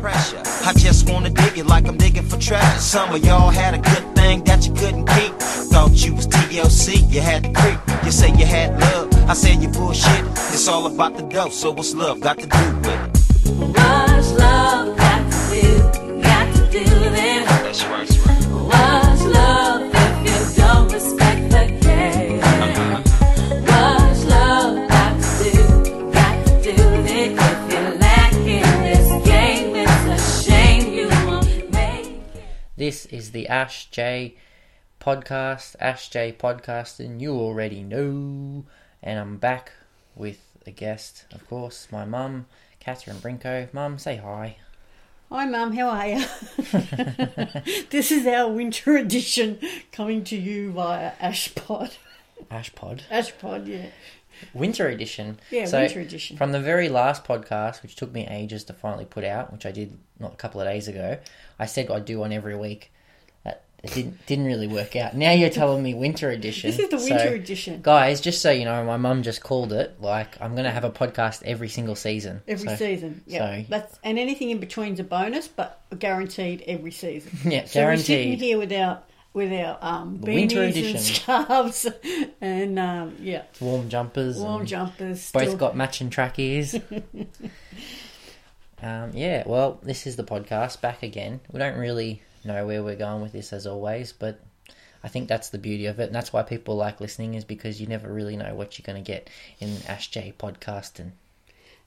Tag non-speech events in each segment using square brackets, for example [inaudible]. pressure. I just wanna dig it like I'm digging for treasure. Some of y'all had a good thing that you couldn't keep. Thought you was TLC, you had to creep. You say you had love, I said you bullshit. It's all about the dough, so what's love got to do with it? What's love got to do? Got to do this. That's right, that's right. What's love if you don't respect the game? What's love got to do? Got to do it if you lack in this game. It's a shame you won't make it. This is the Ash J podcast, Ash J podcast, and you already know. And I'm back with a guest, of course, my mum, Catherine Brinko. Mum, say hi. Hi, Mum. How are you? [laughs] this is our winter edition coming to you via Ashpod. [laughs] Ash Pod. Ashpod, yeah. Winter edition. Yeah, winter edition. From the very last podcast, which took me ages to finally put out, which I did not a couple of days ago, I said I'd do one every week. That it didn't didn't really work out. Now you're telling me winter edition. This is the so- winter edition. Guys, just so you know, my mum just called it like I'm gonna have a podcast every single season. Every So- season, yeah. so- That's and anything in between's a bonus, but guaranteed every season. [laughs] Yeah, So we're sitting guaranteed. here with our with our um, The winter beanies edition. and [laughs] scarves, and um, yeah, Warm jumpers. warm and- jumpers. Still. Both got matching [laughs] trackies. um, yeah, well, this is the podcast back again. We don't really know where we're going with this, as always, but I think that's the beauty of it, and that's why people like listening is because you never really know what you're going to get in Ash J podcast. And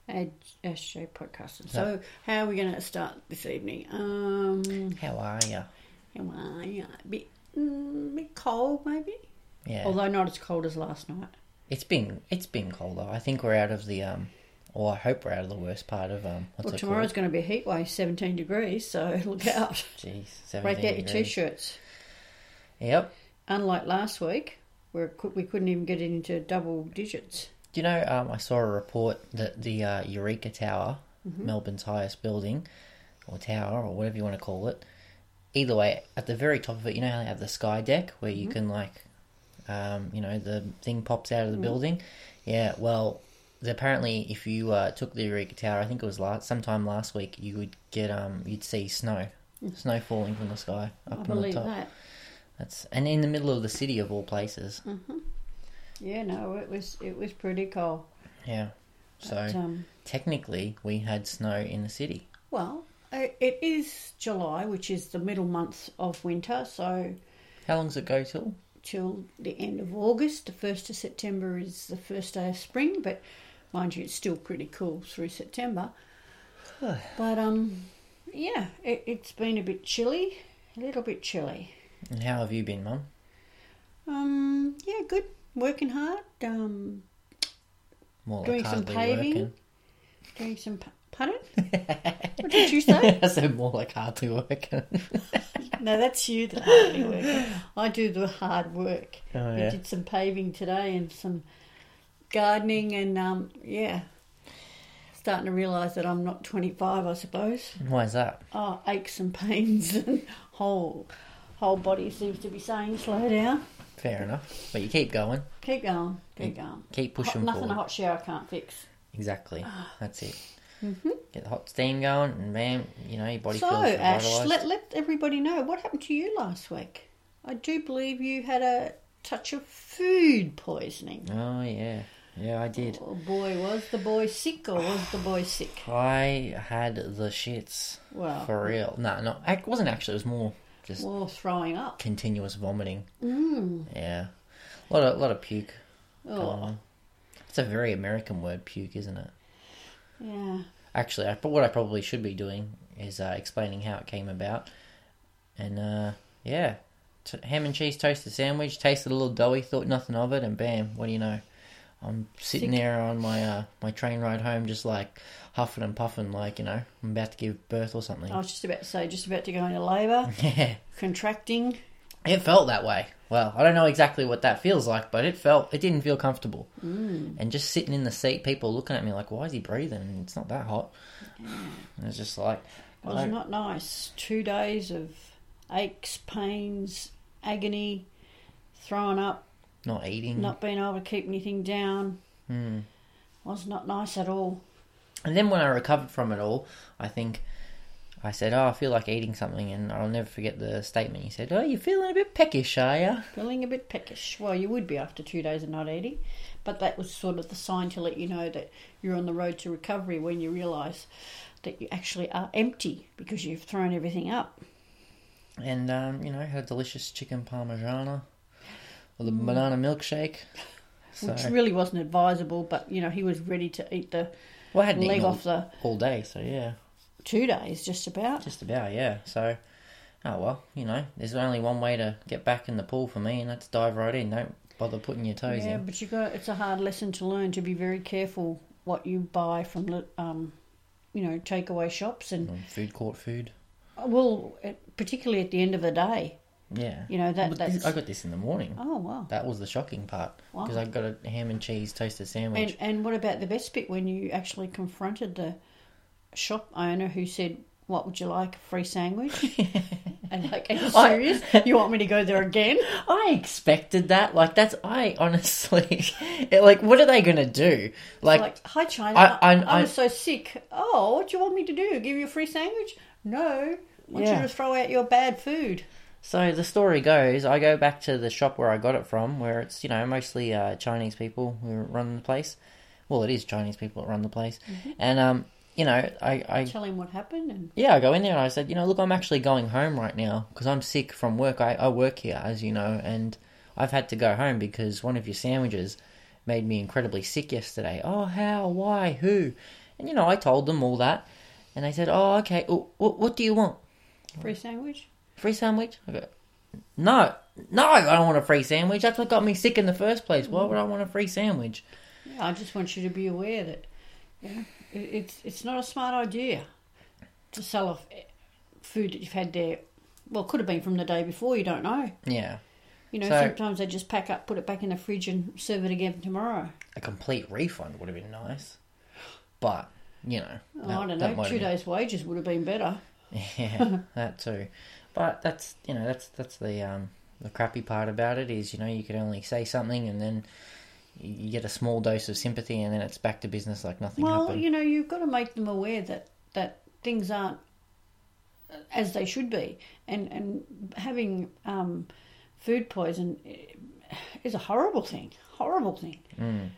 a Ash J podcast. And So how are we going to start this evening? Um, how are you? how are you? A bit, mm, bit cold, maybe. Yeah, Although not as cold as last night. it's been it's been colder. I think we're out of the um, or I hope we're out of the worst part of um. What's Well, it tomorrow's called? going to be a heat wave, 17 degrees, so [laughs] look out. Jeez, 17 Break out your degrees. t shirts. Yep. Unlike last week, where it cou- we couldn't even get it into double digits. Do you know, um, I saw a report that the uh, Eureka Tower, Mm-hmm. Melbourne's highest building, or tower, or whatever you want to call it, either way, at the very top of it, you know how they have the sky deck where Mm-hmm. you can, like, um, you know, the thing pops out of the Mm-hmm. building? Yeah, well, the- apparently, if you uh, took the Eureka Tower, I think it was last, sometime last week, you would get, um, you'd see snow. Snow falling from the sky up Mm. I on the believe top. that. That's and in the middle of the city of all places. Mm. Yeah, no, it was it was pretty cold. Yeah. So But, um, technically we had snow in the city. well, i- it is July, which is the middle month of winter, so How long does it go till? till the end of August. The 1st of September is the first day of spring, but mind you, it's still pretty cool through September. but um, yeah, it, it's been a bit chilly, a little bit chilly. And how have you been, Mum? Um, yeah, good. Working hard, um, More Doing some paving. working. [laughs] doing some. pa- Pardon? what did you [laughs] say? I said more like hardly working. [laughs] No, that's you that hardly work. I do the hard work. Oh, We yeah. did some paving today and some gardening and um, yeah, starting to realise that I'm not 25, I suppose. Why is that? Oh, aches and pains [laughs] and whole whole body seems to be saying slow down, Fair enough. But you keep going. keep going, keep going. Keep Hot- pushing nothing forward. a hot shower can't fix. Exactly. That's it. Get the hot steam going and bam, you know, your body Mm-hmm. So feels Ash, revitalised. let let everybody know what happened to you last week. I do believe you had a touch of food poisoning. Oh yeah. Yeah, I did. Oh boy, was the boy sick or was the boy sick? I had the shits. Wow. For real. No, no. It wasn't actually, it was more just Or throwing up. continuous vomiting. Mm. Yeah. A lot of, lot of puke. Oh, Oh. It's a very American word, puke, isn't it? yeah. Actually, I, but what I probably should be doing is uh, explaining how it came about. And uh, yeah, T- ham and cheese toasted sandwich. Tasted a little doughy, thought nothing of it, and bam! What do you know? I'm sitting there on my uh, my train ride home, just like huffing and puffing, like you know, I'm about to give birth or something. I was just about to say, just about to go into labour, [laughs] Yeah, contracting. it felt that way. Well, I don't know exactly what that feels like, but it felt it didn't feel comfortable. Mm. And just sitting in the seat, people looking at me like, "Why is he breathing? It's not that hot." And it's just like, It was I- not nice. Two days of aches, pains, agony, throwing up, not eating. not being able to keep anything down. Was not nice at all. And then when I recovered from it all, I think I said, "Oh, I feel like eating something," and I'll never forget the statement you said. Oh, you're feeling a bit peckish, are you? Feeling a bit peckish. Well, you would be after two days of not eating, but that was sort of the sign to let you know that you're on the road to recovery when you realise that you actually are empty because you've thrown everything up. And um, you know, had a delicious chicken parmigiana with a banana milkshake. [laughs] So, Mm. Which really wasn't advisable, but you know, he was ready to eat the well, I hadn't leg eaten all, off the all day, so yeah, two days just about. just about yeah. So, oh well, you know, there's only one way to get back in the pool for me, and that's dive right in. Don't bother putting your toes Yeah, in. but you got it's a hard lesson to learn to be very careful what you buy from li- um, you know takeaway shops and Um, Food court food. Mm. well, it- particularly at the end of the day. Yeah, You know, that- But this- that's- I got this in the morning. Oh wow! That was the shocking part Wow. because I got a ham and cheese toasted sandwich. And and what about the best bit when you actually confronted the shop owner who said, "What would you like? A [laughs] free sandwich?" and like, are you I- serious? you want me to go there again? I expected that. Like that's I honestly, [laughs] it, like what are they gonna do? Like, Like, hi China, I- I, I- am I- so sick. Oh, what do you want me to do? Give you a free sandwich? No. I want Yeah. you to throw out your bad food. so the story goes. I go back to the shop where I got it from, where it's you know mostly uh, Chinese people who run the place. Well, it is Chinese people that run the place, and um, you know, I, I Tell him what happened and yeah, I go in there and I said, you know, look, I'm actually going home right now because I'm sick from work. I, I work here, as you know, and I've had to go home because one of your sandwiches made me incredibly sick yesterday. Oh, how? Why? Who? And, you know, I told them all that. And they said, oh, okay, what, what do you want? free sandwich. Free sandwich? I go, no, no, I don't want a free sandwich. That's what got me sick in the first place. Why would I want a free sandwich? Yeah, I just want you to be aware that you know, it, it's it's not a smart idea to sell off eh, food that you've had there. Well, could have been from the day before. You don't know. Yeah, You know, So- sometimes they just pack up, put it back in the fridge, and serve it again tomorrow. a complete refund would have been nice. But, you know. Oh, that- I don't that know. might have Two been- days' wages would have been better. [laughs] Yeah, that too. But that's you know that's that's the um, the crappy part about it is you know you could only say something and then you you get a small dose of sympathy and then it's back to business like nothing Well, happened. you know, you've got to make them aware that that things aren't uh, as they should be, and and having um, food poison eh, is a horrible thing. Horrible thing.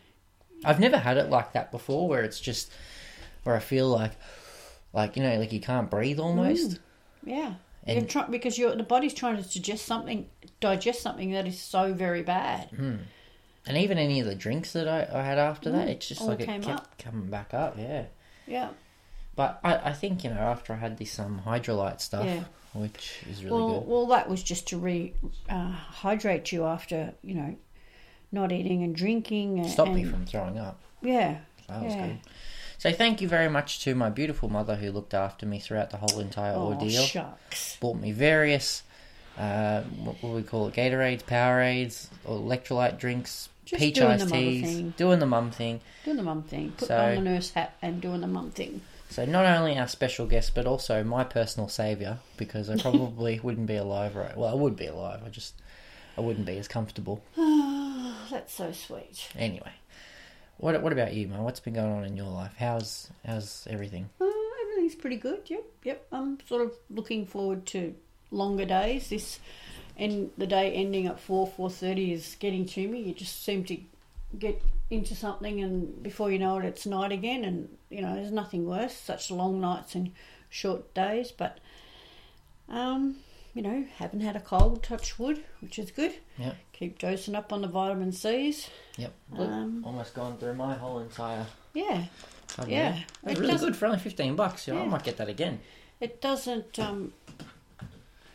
I've never had it like that before where it's just where I feel like like you know like you can't breathe Mm. almost. Yeah. you're And- try- because you're, the body's trying to digest something, digest something that is so very bad. Mm-hmm. And even any of the drinks that I, I had after that, it's just Mm, all like it came kept up. coming back up. Yeah. Yeah. But I, I think you know after I had this um hydrolyte stuff, Yeah. which is really Well, good. well, that was just to re uh, hydrate you after you know not eating and drinking. And, Stopped me and- from throwing up. Yeah. That was yeah. good. So thank you very much to my beautiful mother who looked after me throughout the whole entire Oh, ordeal. shucks. Bought me various, uh, what will we call it, Gatorades, Powerades, or electrolyte drinks, Just peach doing the iced mother teas, thing. doing the mum thing. Doing the mum thing. Put So- on the nurse hat and doing the mum thing. So not only our special guest, but also my personal saviour, because [laughs] I probably wouldn't be alive right. Well, I would be alive. I just I wouldn't be as comfortable Oh, that's so sweet. anyway. What What about you, Mum? What's been going on in your life? How's How's everything? Uh, everything's pretty good. Yep, yep. I'm sort of looking forward to longer days. This and the day ending at four four thirty is getting to me. You just seem to get into something, and before you know it, it's night again. And you know, there's nothing worse. Such long nights and short days, but um, you know, haven't had a cold. Touch wood, which is good. Yep. Keep dosing up on the vitamin C's. Yep. Um, Almost gone through my whole entire Yeah, I'd Yeah. really- That's It really doesn't- good for only 15 bucks. You know, I Yeah. might get that again. it doesn't um,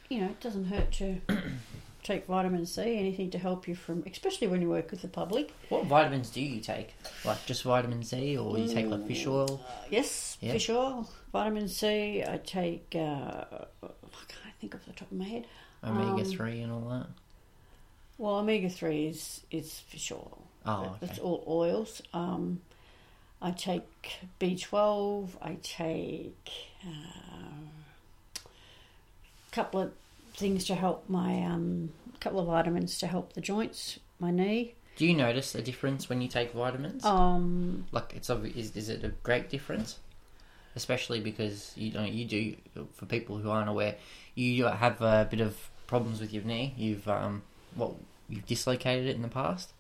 you know it doesn't hurt to take vitamin c anything to help you from especially when you work with the public What vitamins do you take? Like just vitamin C or you take like fish oil? uh, yes Yeah. fish oil vitamin c i take uh, i can't think off the top of my head Omega um, 3 and all that? well omega-3 is is fish oil Oh, okay. that's all oils um, i take b12 i take a couple of things to help my um, couple of vitamins to help the joints my knee Do you notice a difference when you take vitamins? Um, Like, it's obvi- is, is it a great difference? especially because you know you do for people who aren't aware, you have a bit of problems with your knee. You've um, what you've dislocated it in the past,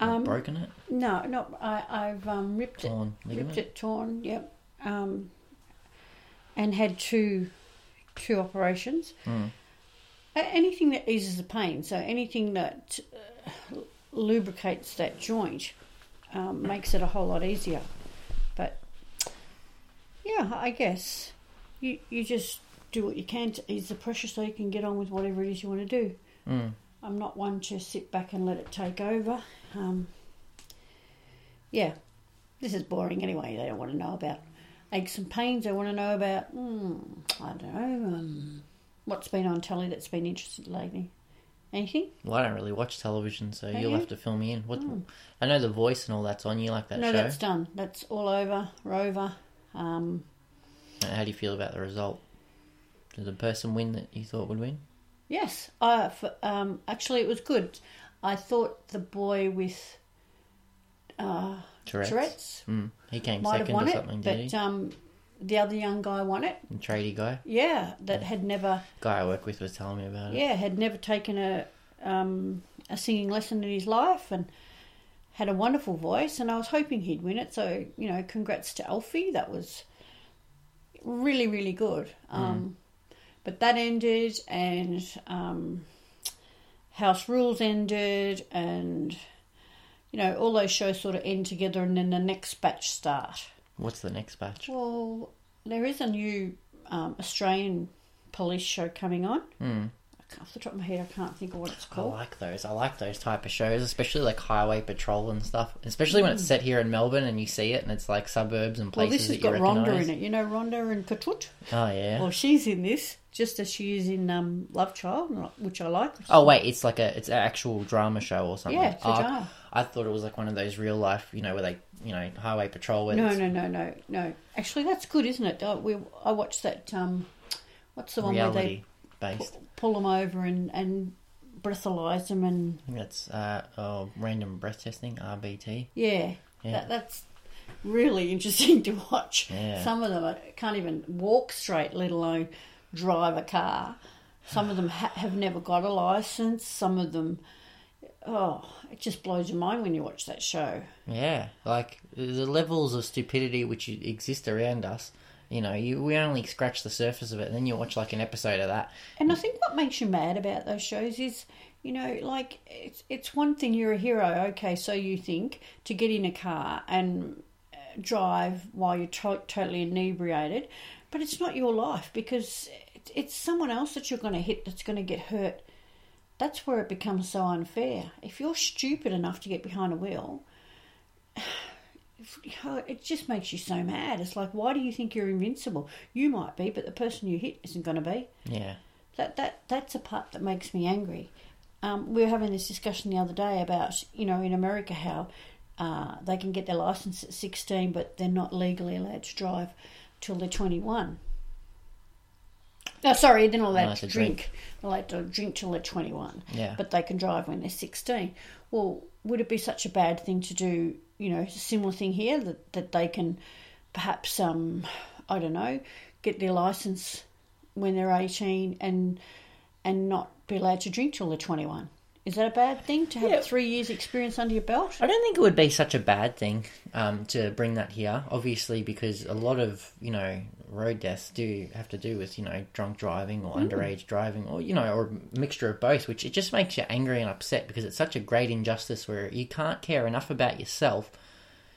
Or Um, broken it, No, no, I, I've um, ripped it, torn ripped ligament. it torn. Yep, um, and had two two operations. Mm. A- Anything that eases the pain, so anything that uh, lubricates that joint, um, makes it a whole lot easier. But yeah, I guess you you just do what you can to ease the pressure so you can get on with whatever it is you want to do. Mm. I'm not one to sit back and let it take over. Um, yeah, this is boring anyway. They don't want to know about aches and pains. They want to know about, mm, I don't know, um, what's been on telly that's been interesting lately. Anything? Well, I don't really watch television, so Don't you'll you? have to fill me in. What I know, The Voice and all that's on. You like that Hmm. no, show? that's done. That's all over. Rover. Um, Uh, How do you feel about the result? Did the person win that you thought would win? yes, I, f- um, actually, it was good. I thought the boy with Tourette's. Tourette's Mm. He came might have second won or it, something, did but uh, he? um, the other young guy won it. The tradie guy, Yeah, that had never. guy I work with was telling me about it. yeah, had never taken a um, a singing lesson in his life and had a wonderful voice. And I was hoping he'd win it. So you know, congrats to Alfie. That was really really good. Mm. Um, But that ended, and um, House Rules ended, and you know all those shows sort of end together, and then the next batch start. What's the next batch? Well, there is a new um, Australian police show coming on. Mm. I can't- Off the top of my head, I can't think of what it's I called. like those. I like those type of shows, especially like highway patrol and stuff. Especially when it's set here in Melbourne and you see it, and it's like suburbs and Hmm. well, places this has that you got Rhonda recognise. in it. You know Rhonda and Katut? Oh yeah. Well, she's in this, just as she is in um, Love Child, which I like. Oh wait, it's like a it's an actual drama show or something. Yeah, it's a Oh, drama. I thought it was like one of those real life, you know, where they, you know, highway patrol. Where No, it's- no, no, no, no. Actually, that's good, isn't it? Uh, we, I watched that. Um, what's the one where reality they based. pull them over and, and breathalyze them and I think that's uh, oh, random breath testing, RBT. Yeah, Yeah. That, that's really interesting [laughs] to watch. Yeah. Some of them are, can't even walk straight, let alone drive a car. Some of them ha- have never got a license. Some of them, oh, it just blows your mind when you watch that show. Yeah, like the levels of stupidity which e-, exist around us. You know, you, we only scratch the surface of it. And then you watch like an episode of that. And I think what makes you mad about those shows is, you know, like it's it's one thing you're a hero, okay, so you think to get in a car and uh, drive while you're to- totally inebriated, but it's not your life because it, it's someone else that you're going to hit that's going to get hurt. That's where it becomes so unfair. If you're stupid enough to get behind a wheel, [sighs] it just makes you so mad. It's like, why do you think you're invincible? You might be, but the person you hit isn't going to be Yeah, that that that's a part that makes me angry. Um, we were having this discussion the other day about you know in America how uh, they can get their license at sixteen, but they're not legally allowed to drive till they're twenty-one. No, sorry, they're not allowed Allowed to to drink. drink. They're allowed to drink till they're twenty-one. Yeah. but they can drive when they're sixteen. Well, would it be such a bad thing to do? You know, it's a similar thing here that that they can perhaps um I don't know get their license when they're 18 and and not be allowed to drink till they're 21. Is that a bad thing to have Yeah. three years experience under your belt? I don't think it would be such a bad thing um, to bring that here. Obviously, because a lot of you know road deaths do have to do with you know drunk driving or underage driving or you know or a mixture of both, which it just makes you angry and upset because it's such a great injustice where you can't care enough about yourself,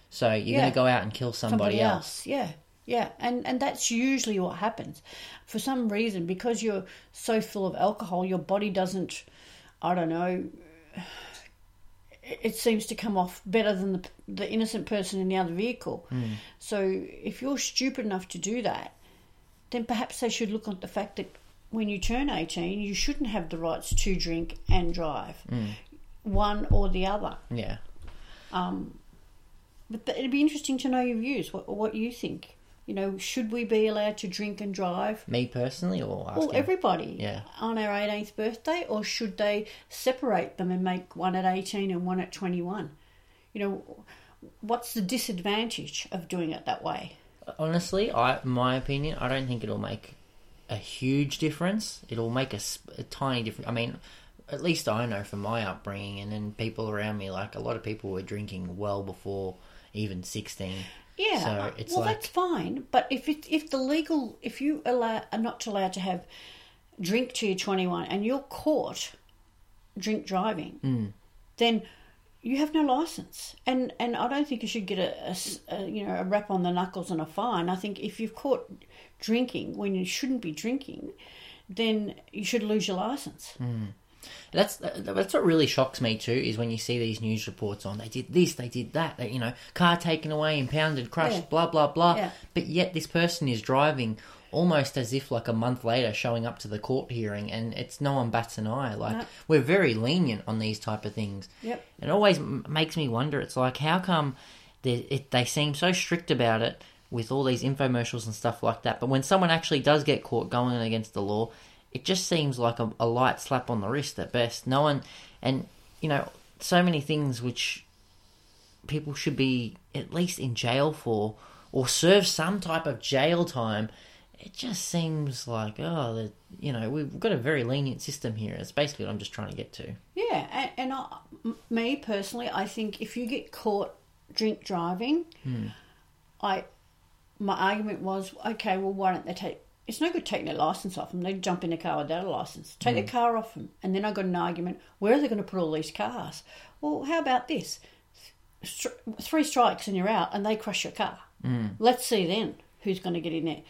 so you're Yeah. going to go out and kill somebody, else. Yeah, yeah, and and that's usually what happens. For some reason, because you're so full of alcohol, your body doesn't. I don't know. [sighs] It it seems to come off better than the the innocent person in the other vehicle. Hmm. So if you're stupid enough to do that, then perhaps they should look at the fact that when you turn 18, you shouldn't have the rights to drink and drive, Hmm. one or the other. Yeah. But th- it'd be interesting to know your views, what, what you think. You know, should we be allowed to drink and drive? Me personally, or asking? Well, everybody Yeah. on our 18th birthday, or should they separate them and make one at 18 and one at 21? You know, what's the disadvantage of doing it that way? honestly, I my opinion, I don't think it'll make a huge difference. It'll make a, s- a tiny difference. I mean, at least I know from my upbringing, and then people around me, like a lot of people were drinking well before even sixteen. Yeah. So it's well, like that's fine. But if it, if the legal if you allow are not allowed to have drink till you're 21 and you're caught drink driving, Hmm. then you have no license. And and I don't think you should get a, a s- a, you know a rap on the knuckles and a fine. I think if you've caught drinking when you shouldn't be drinking, then you should lose your license. Hmm. That's uh, that's what really shocks me too is when you see these news reports on they did this, they did that, they, you know, car taken away, impounded, crushed, Yeah. blah blah blah. Yeah. But yet this person is driving almost as if like a month later showing up to the court hearing and it's no one bats an eye like No. we're very lenient on these type of things Yep. it always m- makes me wonder it's like how come they, it, they seem so strict about it with all these infomercials and stuff like that but when someone actually does get caught going against the law it just seems like a, a light slap on the wrist at best no one and you know so many things which people should be at least in jail for or serve some type of jail time it just seems like oh that you know we've got a very lenient system here it's basically what i'm just trying to get to Yeah, and, and I, m- me personally, I think if you get caught drink driving, I my argument was okay. Well, why don't they take? It's no good taking their license off them. They jump in a car without a license. Take the car off them, and then I got an argument. Where are they going to put all these cars? Well, how about this? Str- Three strikes and you're out, and they crush your car. Let's see then who's going to get in there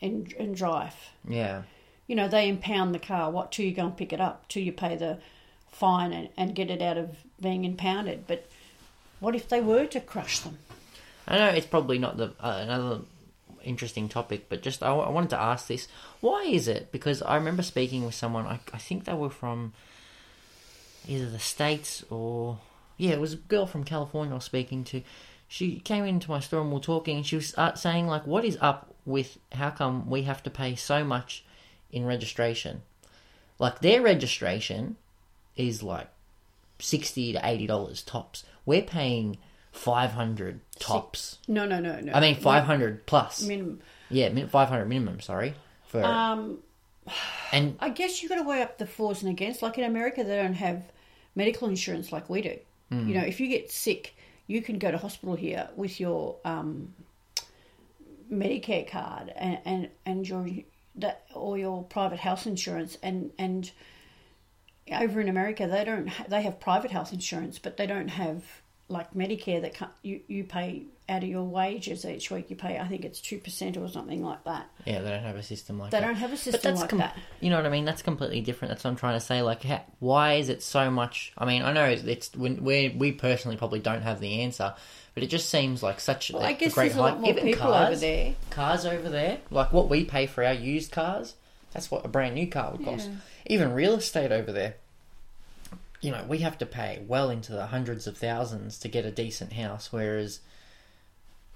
and, and drive yeah you know, they impound the car. What till you go and pick it up? Till you pay the fine and, and get it out of being impounded. But what if they were to crush them? I know it's probably not the uh, another interesting topic, but just I, w- I wanted to ask this: Why is it? Because I remember speaking with someone. I, I think they were from either the states or yeah, it was a girl from California. I was speaking to. She came into my store and we were talking, and she was uh, saying like, "What is up with how come we have to pay so much in registration? Like their registration is like sixty to eighty dollars tops. We're paying." 500 tops No, no, no, no. I mean, 500 plus. minimum. yeah, min- 500 minimum, sorry. For, Um, and I guess you've got to weigh up the fours and against. Like in America, they don't have medical insurance like we do. Hmm. You know, if you get sick, you can go to hospital here with your um, Medicare card and, and, and your that or your private health insurance and and over in America they don't ha- they have private health insurance but they don't have like Medicare that can't, you you pay out of your wages each week you pay I think it's two percent or something like that yeah, they don't have a system like they that. don't have a but system that's like com- that you know what I mean. That's completely different. That's what I'm trying to say. Like, ha- why is it so much? I mean, I know it's when we we personally probably don't have the answer, but it just seems like such Well, a, I guess a great there's a lot hike. more Even people cars, over there. Cars over there, like what we pay for our used cars, that's what a brand new car would cost. Yeah. Even real estate over there, you know, we have to pay well into the hundreds of thousands to get a decent house, whereas.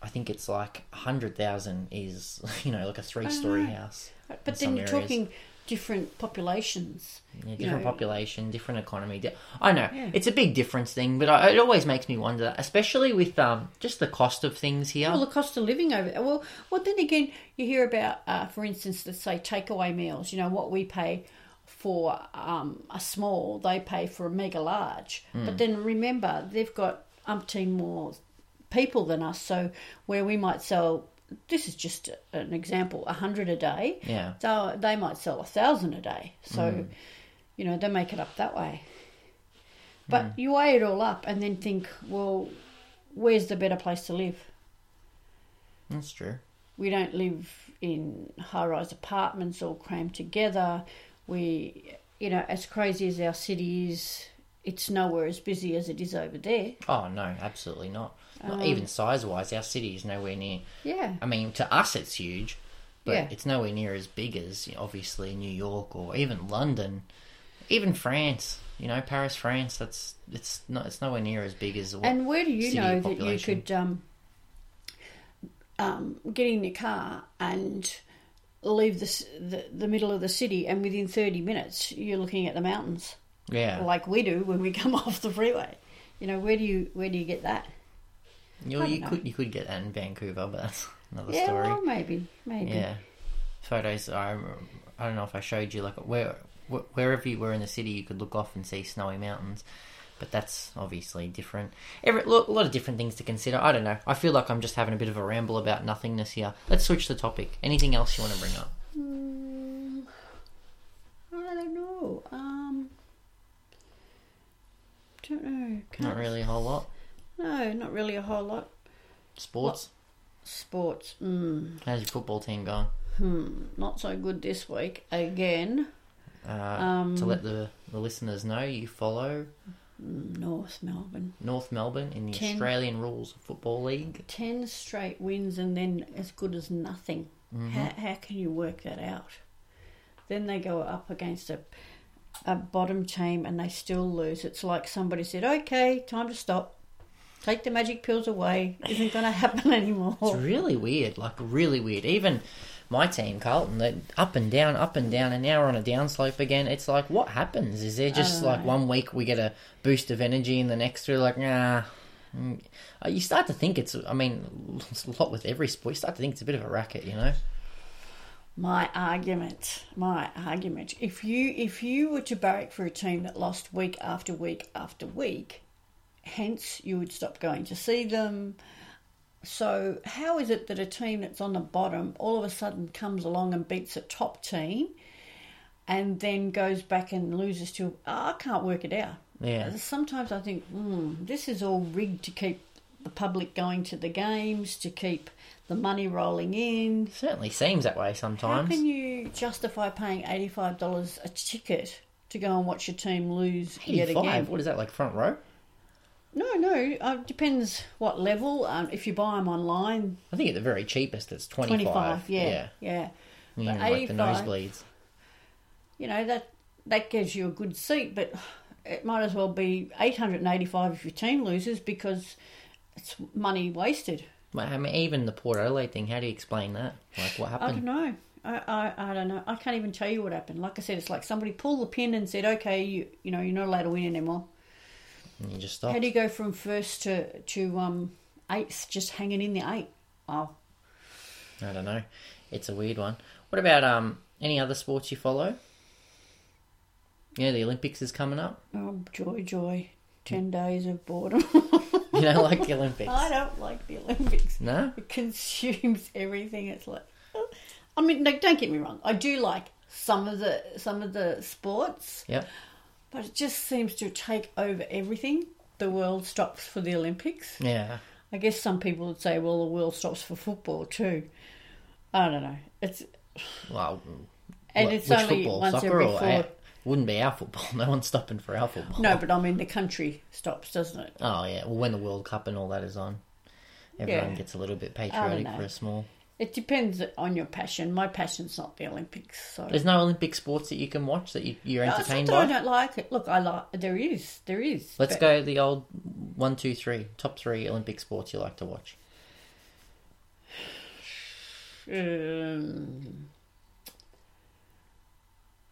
I think it's like a hundred thousand is [laughs] you know like a three-story house. Uh-huh. But some then you're areas. talking different populations. Yeah, you different know. population, different economy. di- I know Yeah. it's a big difference thing, but I, it always makes me wonder, especially with um, just the cost of things here. Well, the cost of living over there. Well, well, then again, you hear about, uh, for instance, let's say takeaway meals. You know what we pay for um, a small, they pay for a mega large. But then remember, they've got umpteen more people than us. So where we might sell, this is just an example, a hundred a day. Yeah. So they might sell a thousand a day. So you know they make it up that way. But you weigh it all up and then think, well, where's the better place to live? That's true. We don't live in high rise apartments all crammed together. We, you know, as crazy as our city is, it's nowhere as busy as it is over there. Oh no, absolutely not. Not even size wise, our city is nowhere near. Um, Yeah. I mean, to us it's huge, but Yeah. it's nowhere near as big as you know, obviously New York or even London, even France. You know, Paris, France. That's it's not. It's nowhere near as big as. What, And where do you city know that you population. could um, um, get in your car and leave the, s- the the middle of the city, and within thirty minutes you're looking at the mountains, Yeah, like we do when we come [laughs] off the freeway. You know, where do you where do you get that? you, I you don't know. could you could get that in Vancouver, but that's another yeah, story. well, maybe, maybe. Yeah, photos. I rem- I don't know if I showed you like where wh- wherever you were in the city, you could look off and see snowy mountains, but that's obviously different. Every lo- a lot of different things to consider. I don't know. I feel like I'm just having a bit of a ramble about nothingness here. Let's switch the topic. Anything else you want to bring up? Um, I don't know. Um, don't know. Not Can't- really a whole lot. No, not really a whole lot. Sports. Sports, mm, hmm, How's your football team going? not so good this week again. Uh, Um, to let the, the listeners know, you follow North Melbourne. North Melbourne in the Ten. Australian Rules Football League. 10 straight wins and then as good as nothing. Mm-hmm. How, how can you work that out? Then they go up against a, a bottom team and they still lose. It's like somebody said, okay, time to stop. Take the magic pills away. Isn't going to [laughs] happen anymore. It's really weird, like really weird. Even my team, Carlton, they up and down, up and down, and now we're on a downslope again. It's like, what happens? Is there just like Oh. one week we get a boost of energy, and the next we're like, nah. Mm. Uh, You start to think it's, I mean, it's a lot with every sport. You start to think it's a bit of a racket, you know? My argument, my argument. If you if you were to barrack for a team that lost week after week after week, hence you would stop going to see them. So how is it that a team that's on the bottom all of a sudden comes along and beats a top team, and then goes back and loses to? "Ah, I can't work it out. Yeah. And Sometimes I think hmm, this is all rigged to keep the public going to the games, to keep the money rolling in. certainly seems that way How sometimes. can you justify paying eighty-five dollars a ticket to go and watch your team lose yet 85, again? what is that, like front row? No, no. Uh, depends what level. Um, if you buy them online, I think at the very cheapest, it's 25. twenty-five. yeah. Yeah, yeah. You But know, like the 85 nosebleeds. You know that that gives you a good seat, but it might as well be eight hundred and eighty-five if your team loses because it's money wasted. Well, I mean, even the Port Adelaide thing, how do you explain that? Like, what I don't happened? know. I, I, I don't know. I can't even tell you what happened. Like I said, it's like somebody pulled the pin and said, "Okay, you you know you're not allowed to win anymore." And you just stop. How do you go from first to to um eighth, just hanging in the eight? Wow. I don't know. It's a weird one. What about um any other sports you follow? Yeah, the Olympics is coming up. [laughs] Oh, joy, joy. Ten days of boredom. You know, like the Olympics. I don't like the Olympics. No, It consumes everything. It's like, I mean, no, don't get me wrong. I do like some of the some of the sports, yep. but it just seems to take over everything. The world stops for the Olympics. Yeah, I guess some people would say, well, the world stops for football too. I don't know. It's well, and wh- it's which only football, once soccer every or four. our, wouldn't be our football. [laughs] No one's stopping for our football. No, but I mean the country stops, doesn't it? Oh yeah, well when the World Cup and all that is on, everyone Yeah. gets a little bit patriotic know. for a small. It depends on your passion. My passion's not the Olympics, so There's no Olympic sports that you can watch that you, you're No, it's not entertained that I by. don't like it. Look, I like there is, there is. Let's but- go the old one, two, three. Top three Olympic sports you like to watch. Um,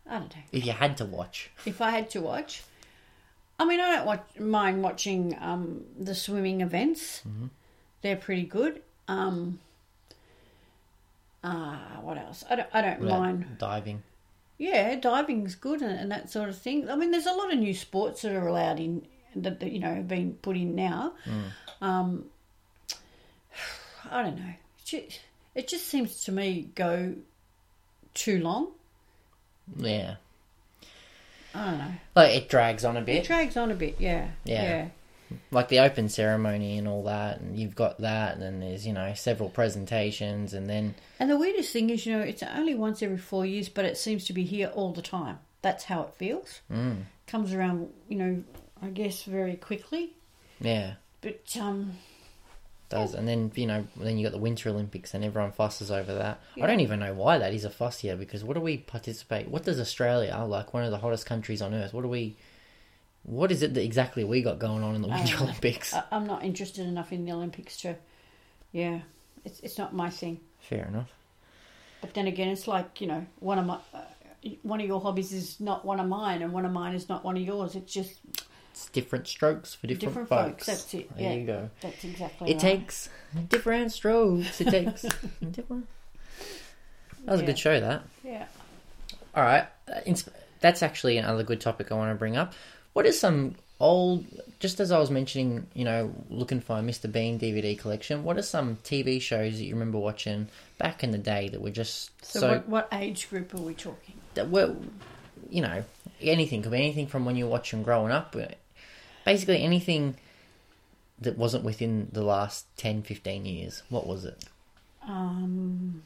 I don't know. If you had to watch, If I had to watch, I mean, I don't watch, mind watching um, the swimming events. Mm-hmm. They're pretty good. Um, ah, what else? I don't, I don't without mind. diving. Yeah, diving's good and, and that sort of thing. I mean, there's a lot of new sports that are allowed in that, that you know have been put in now. Um, I don't know. It just, it just seems to me go too long. Yeah. I don't know. Like it drags on a It bit, drags on a bit. Yeah. Yeah. like the open ceremony and all that, and you've got that, and then there's you know several presentations, and then And the weirdest thing is, you know, it's only once every four years, but it seems to be here all the time. That's how it feels. Mm. Comes around, you know, I guess very quickly. yeah, But um, does, and then you know then you got the Winter Olympics, and everyone fusses over that. I don't even know why that is a fuss here, because what do we participate? What does Australia, like one of the hottest countries on earth, what do we? What is it that exactly we got going on in the Winter Um, Olympics? I- I'm not interested enough in the Olympics to, yeah, it's it's not my thing. Fair enough. But then again, it's like you know, one of my, uh, one of your hobbies is not one of mine, and one of mine is not one of yours. It's just It's different strokes for different, Different folks. folks, that's it. There yeah. you go. That's exactly It right. takes different strokes. It [laughs] takes different. That was a Yeah. good show. That. Yeah. All right. Uh, ins- That's actually another good topic I want to bring up. What is some old, just as I was mentioning, you know, looking for a Mr. Bean DVD collection, what are some TV shows that you remember watching back in the day that were just so, So, what, what age group are we talking? that were, you know, anything, could be anything from when you were watching growing up, uh, basically anything that wasn't within the last 10, 15 years. What was it? Um,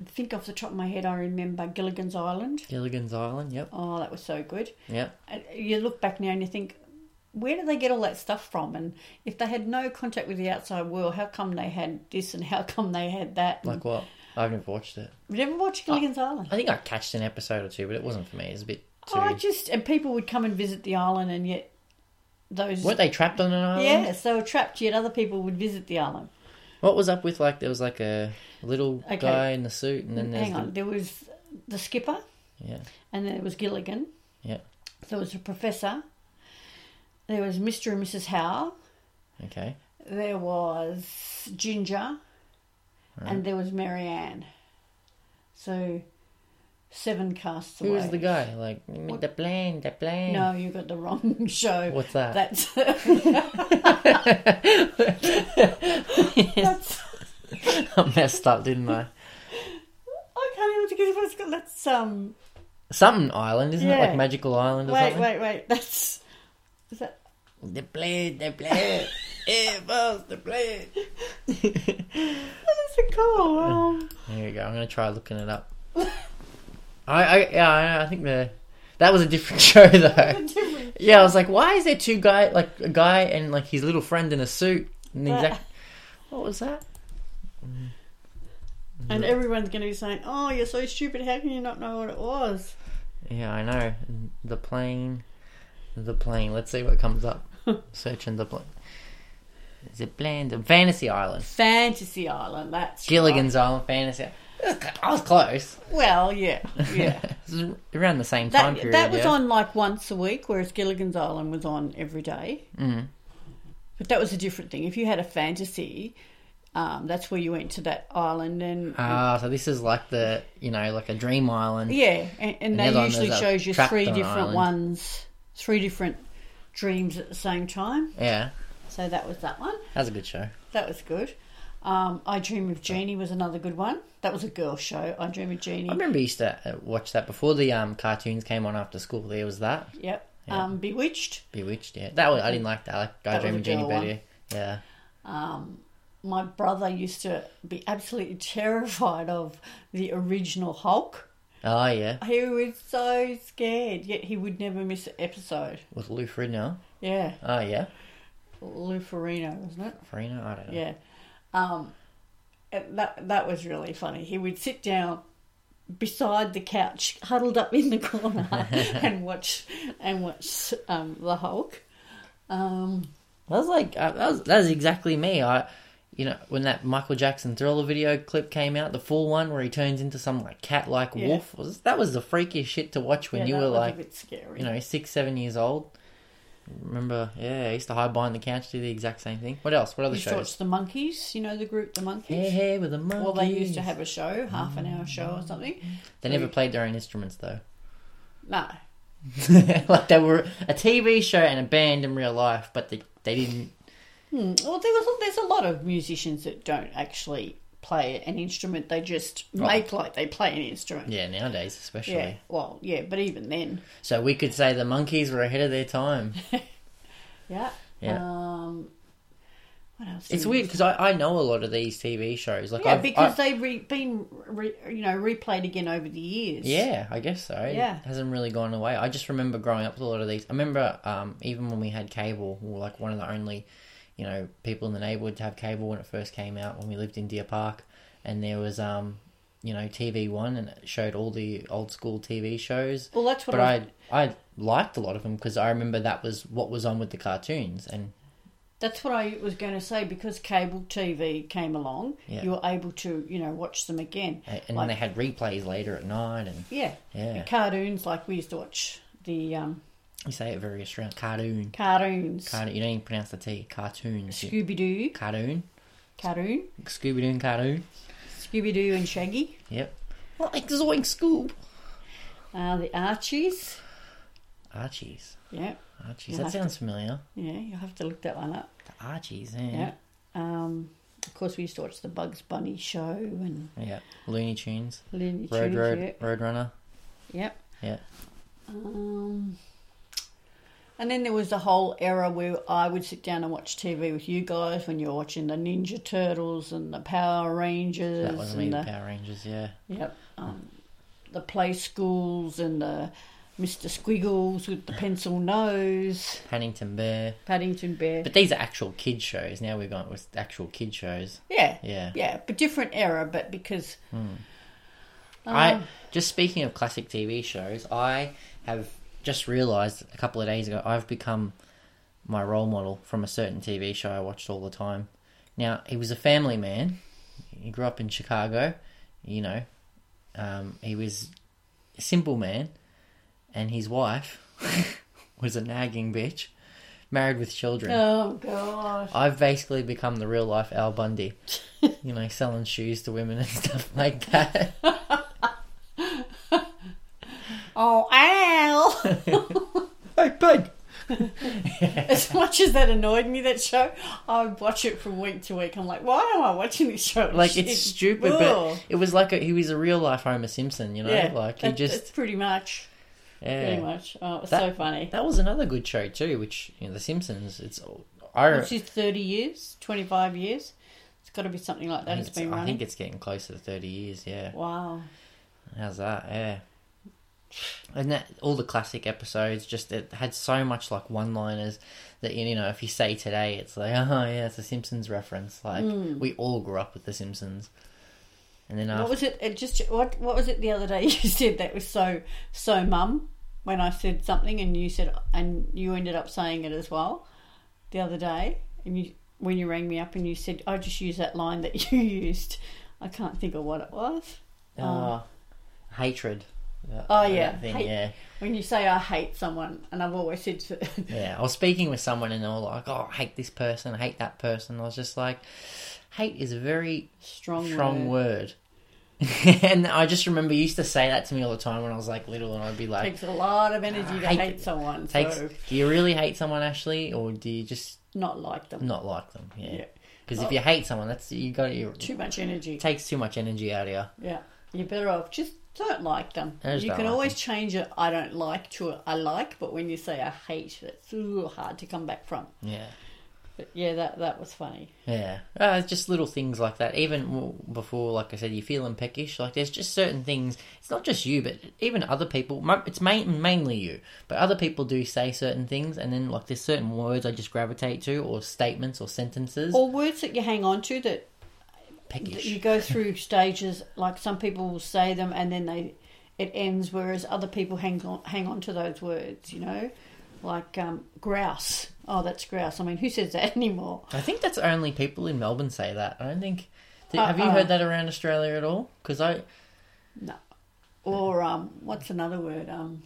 I think off the top of my head, I remember Gilligan's Island. Gilligan's Island, yep, Oh, that was so good. yep. And You look back now and you think, where do they get all that stuff from? And if they had no contact with the outside world, how come they had this and how come they had that? Like what? I've never watched it. we never watched Gilligan's Island. I think I catched an episode or two, but it wasn't for me. It was a bit too. Oh, I just and people would come and visit the island, and yet those Weren't they trapped on an island? yes, they were trapped. Yet other people would visit the island. What was up with like there was like a little Okay. guy in the suit, and then there's Hang on, the, there was the skipper, yeah, and then there was Gilligan. yeah, There was a professor. There was Mr. and Mrs. Howe. okay, There was Ginger. And there was Marianne. So, seven casts who away. was the guy? Like the plane, the plane. No, you got the wrong [laughs] show. What's that? That's. that's [laughs] I messed up, didn't I? I can't even think of what it's called. That's um. Something island, isn't it? Yeah. Like Magical Island or Wait, something. wait, wait. That's. Is that? The plane, the [laughs] plane. it was the plane. What is it called? Um, There you go. I'm gonna try looking it up. [laughs] I, I, yeah, I- I think the that was a different [laughs] show though. different. Yeah, I was like, why is there two guy like a guy and like his little friend in a suit? And the Right. [laughs] exact what was that? And everyone's going to be saying, "Oh, you're so stupid! How can you not know what it was?" Yeah, I know. The plane, the plane. Let's see what comes [laughs] up. Searching the plane. The plane, the Fantasy Island, Fantasy Island. That's Gilligan's Island, Fantasy. I was close. right. Well, yeah, [laughs] yeah. This is around the same time that period. that was yeah. on like once a week, whereas Gilligan's Island was on every day. Mm. But that was a different thing. If you had a fantasy, um, that's where you went to that island and. Ah, so this is like the you know like a dream island. Yeah, and, and the other they one usually was, uh, shows you trapped three on an different island. ones, three different dreams at the same time. Yeah, So that was that one. that was a good show. That was good. Um, I Dream of Jeannie was another good one. That was a girl show. I Dream of Jeannie. I remember I used to uh, watch that before the um, cartoons came on after school. There was that Yep. Um, Bewitched. Bewitched. Yeah, that was, I didn't like that. I like I That was Dream a of Jeannie girl one. better. Yeah, My brother used to be absolutely terrified of the original Hulk. oh yeah, He was so scared, yet he would never miss an episode. with Lou Ferrigno. Yeah, Oh yeah, Lou Ferrino, wasn't it? Farina. I don't know. Yeah. Um, and that that was really funny. He would sit down beside the couch, huddled up in [laughs] the corner, and watch and watch um, the Hulk. Um, That was like uh, that was that was exactly me. I, you know, when that Michael Jackson Thriller video clip came out, the full one where he turns into some like cat-like Yeah. wolf was that was the freakiest shit to watch when yeah, you that were was like, a bit scary. you know, six seven years old. Remember, yeah, I used to hide behind the couch, do the exact same thing. What else? What other you used to watch shows? the monkeys. You know the group, the monkeys. Hey, hey, with the monkeys. Well, they used to have a show, half an hour show Mm. or something. They never played their own instruments though. [laughs] No, like they were a TV show and a band in real life, but they they didn't. well, there was there's a lot of musicians that don't actually play an instrument. They just make like they play an instrument. Oh. Yeah, nowadays especially. yeah. Well, yeah, but even then, So we could say the monkeys were ahead of their time. Yeah. Yeah. Um, what else? do It's we- weird because I, I know a lot of these TV shows. Like Yeah, I've, because I, they've re- been re- you know replayed again over the years. yeah, I guess so. It Yeah. hasn't really gone away. I just remember growing up with a lot of these. I remember um, even when we had cable, we were like one of the only, you know, people in the neighborhood to have cable when it first came out when we lived in Deer Park, and there was um, you know, TV One and it showed all the old school TV shows. Well, that's what but I. I I liked a lot of them because I remember that was what was on with the cartoons and That's what I was going to say because cable TV came along. Yeah. You were able to you know watch them again. and then Like- they had replays later at night and Yeah. Yeah. Cartoons like we used to watch the um, You say it very Australian. Cartoon. Cartoons. Cartoon. You don't even pronounce the T. Cartoon. Scooby Doo. Cartoon. Cartoon. Scooby Doo and Cartoon. Scooby Doo and Shaggy. Yep. Like Zoink Scoob. Uh, the Archies. Ah, Archies. Yeah. Archies. You'll Ah, That have to- Ah sounds familiar. Yeah, you'll have to look that one up. The Archies, Yeah. yeah. Um, of course, we used to watch the Bugs Bunny show and Yeah. Looney Tunes. Looney Road Tunes. Road. Yep. Road Runner. yep. Yeah. Um, and then there was the whole era where I would sit down and watch TV with you guys when you were watching the Ninja Turtles and the Power Rangers. That was and me, the, the Power Rangers, yeah. Yep. Um, the play schools and the Mr. Squiggles with the pencil nose, Paddington Bear. Paddington Bear. But these are actual kid shows. Now we've gone with actual kid shows. yeah, Yeah. Hmm. yeah, but different era. But because I just speaking of classic TV shows, I have just realised a couple of days ago I've become my role model from a certain TV show I watched all the time. Now he was a family man. He grew up in Chicago. You know, um, he was a simple man, and his wife [laughs] was a nagging bitch, married with children. oh god, I've basically become the real life Al Bundy. you know, selling shoes to women and [laughs] stuff like that. oh ow! [laughs] hey, babe. as much as that annoyed me, that show, I would watch it from week to week. I'm like, why am I watching this show? like it's stupid, Ugh. but it was like a, he was a real life Homer Simpson, you know. yeah, like he that- that's just pretty much, pretty yeah. much. Oh, it's That- so funny. That was another good show too, which you know, The Simpsons. It's all- I, re- Which is thirty years, twenty five years. It's got to be something like I that. think It's it's, been I running. think it's getting closer to thirty years. Yeah, wow. how's that? Yeah, and that all the classic episodes just it had so much like one liners that you know if you say today it's like [laughs] oh yeah it's a Simpsons reference. Like we all grew up with The Simpsons, and then after Hmm. What was it? It just what what was it the other day? [laughs] You said that was so so mum when I said something, and you said and you ended up saying it as well the other day, and you when you rang me up and you said I just use that line that [laughs] you used. I can't think of what it was. uh, hatred. Uh, Oh, that yeah. thing, Hate- yeah. When you say I hate someone, and I've always said [laughs] to, Yeah, I was speaking with someone and they were like, "Oh, I hate this person, I hate that person." I was just like, "Hate is a very strong strong word. word," [laughs] and I just remember you used to say that to me all the time when I was like little, and I'd be like, Takes a lot of energy to Hate- hate, someone, "Takes, so do you really hate someone, Ashley, or do you just not like them. not like them?" Yeah, Yeah. Uh, because if you hate someone, that's you got you. Too much energy. It takes too much energy out of you. Yeah, you're better off just don't like them. I just you don't can like always change it. I don't like to a I like, but when you say I hate, that's ooh, hard to come back from. Yeah. But yeah, that that was funny. Yeah, uh, it's just little things like that. Even w- before, like I said, you're feeling peckish. Like there's just certain things. It's not just you, but even other people. mo- It's main, mainly you, but other people do say certain things, and then like there's certain words I just gravitate to, or statements, or sentences. Or words that you hang on to that, that peckish. you [laughs] go through stages. Like some people will say them and then they it ends, whereas other people hang on hang on to those words. You know, like um, grouse. Oh, that's grouse. I mean, who says that [laughs] anymore? I think that's only people in Melbourne say that. I don't think. Th- Uh, have you uh. heard that around Australia at all? Because I No. Or um, what's another word? Um,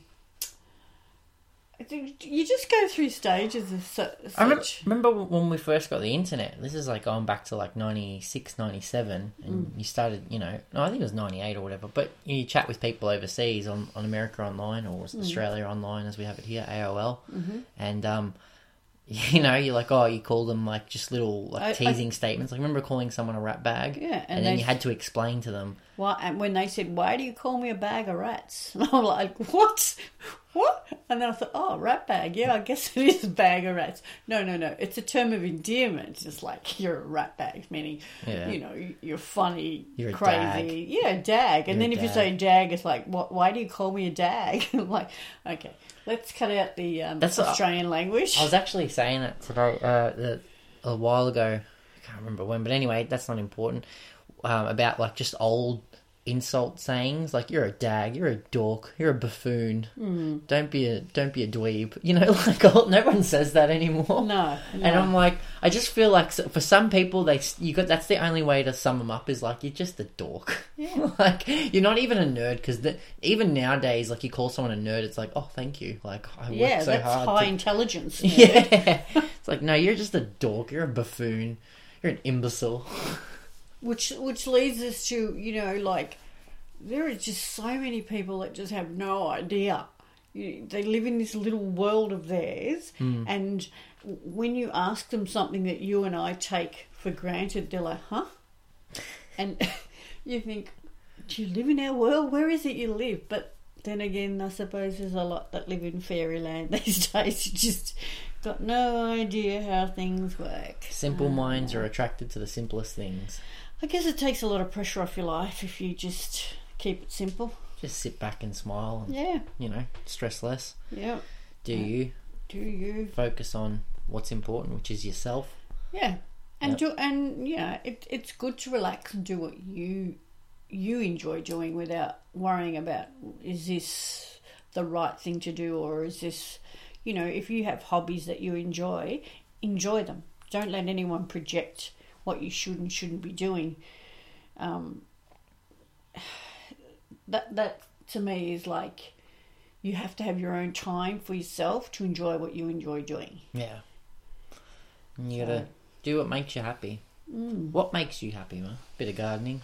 I think you just go through stages of su- I remember, such. remember when we first got the internet. This is like going back to like 96, 97. And Mm. you started, you know, no, I think it was 98 or whatever. But you chat with people overseas on, on America Online or Mm. Australia Online as we have it here, AOL. Mm-hmm. And, um, [laughs] you know, you're like, oh, you call them like just little like I- I- teasing statements. Like, remember calling someone a rat bag? Yeah, and And, then they- you had to explain to them. Why, and when they said, "Why do you call me a bag of rats?" [laughs] And I'm like, "What? What?" And then I thought, "Oh, rat bag. Yeah, I guess it is a bag of rats." No, no, no. It's a term of endearment. It's like you're a rat bag, meaning Yeah. you know you're funny, You're a crazy. Yeah, dag. You're And a then if you dag. say dag, it's like, "What? Why do you call me a dag?" [laughs] I'm like, okay, let's cut out the um, That's what I- Australian language. I was actually saying it today, uh, that a while ago. I can't remember when, but anyway, that's not important. Um, about like just old insult sayings like "you're a dag," "you're a dork," "you're a buffoon," Hmm. "don't be a don't be a dweeb." [laughs] You know, like all, no one says that anymore. No, no. And I'm like, I just feel like so- for some people, they s- you got that's the only way to sum them up is like you're just a dork. Yeah. [laughs] like you're not even a nerd because even nowadays, like you call someone a nerd, it's like, oh, thank you. Like I yeah, worked so that's hard. high to- intelligence. Yeah. [laughs] yeah. it's like no, you're just a dork. You're a buffoon. You're an imbecile. Which which leads us to, you know, like there are just so many people that just have no idea. You, they live in this little world of theirs, Hmm. and w- when you ask them something that you and I take for granted, they're like, "Huh?" And [laughs] you think, "Do you live in our world? Where is it you live?" But then again, I suppose there's a lot that live in fairyland [laughs] these days. You just got no idea how things work. Simple minds are attracted to the simplest things. I guess it takes a lot of pressure off your life if you just keep it simple. Just sit back and smile, and Yeah, you know, stress less. yeah. Do you Do you? focus on what's important, which is yourself? Yeah, and do and you know it, it's good to relax and do what you you enjoy doing without worrying about is this the right thing to do or is this you know if you have hobbies that you enjoy, enjoy them. Don't let anyone project what you should and shouldn't be doing. Um, [sighs] that that to me is like you have to have your own time for yourself to enjoy what you enjoy doing. Yeah. And you gotta do what makes you happy. Mm. What makes you happy, man? Bit of gardening.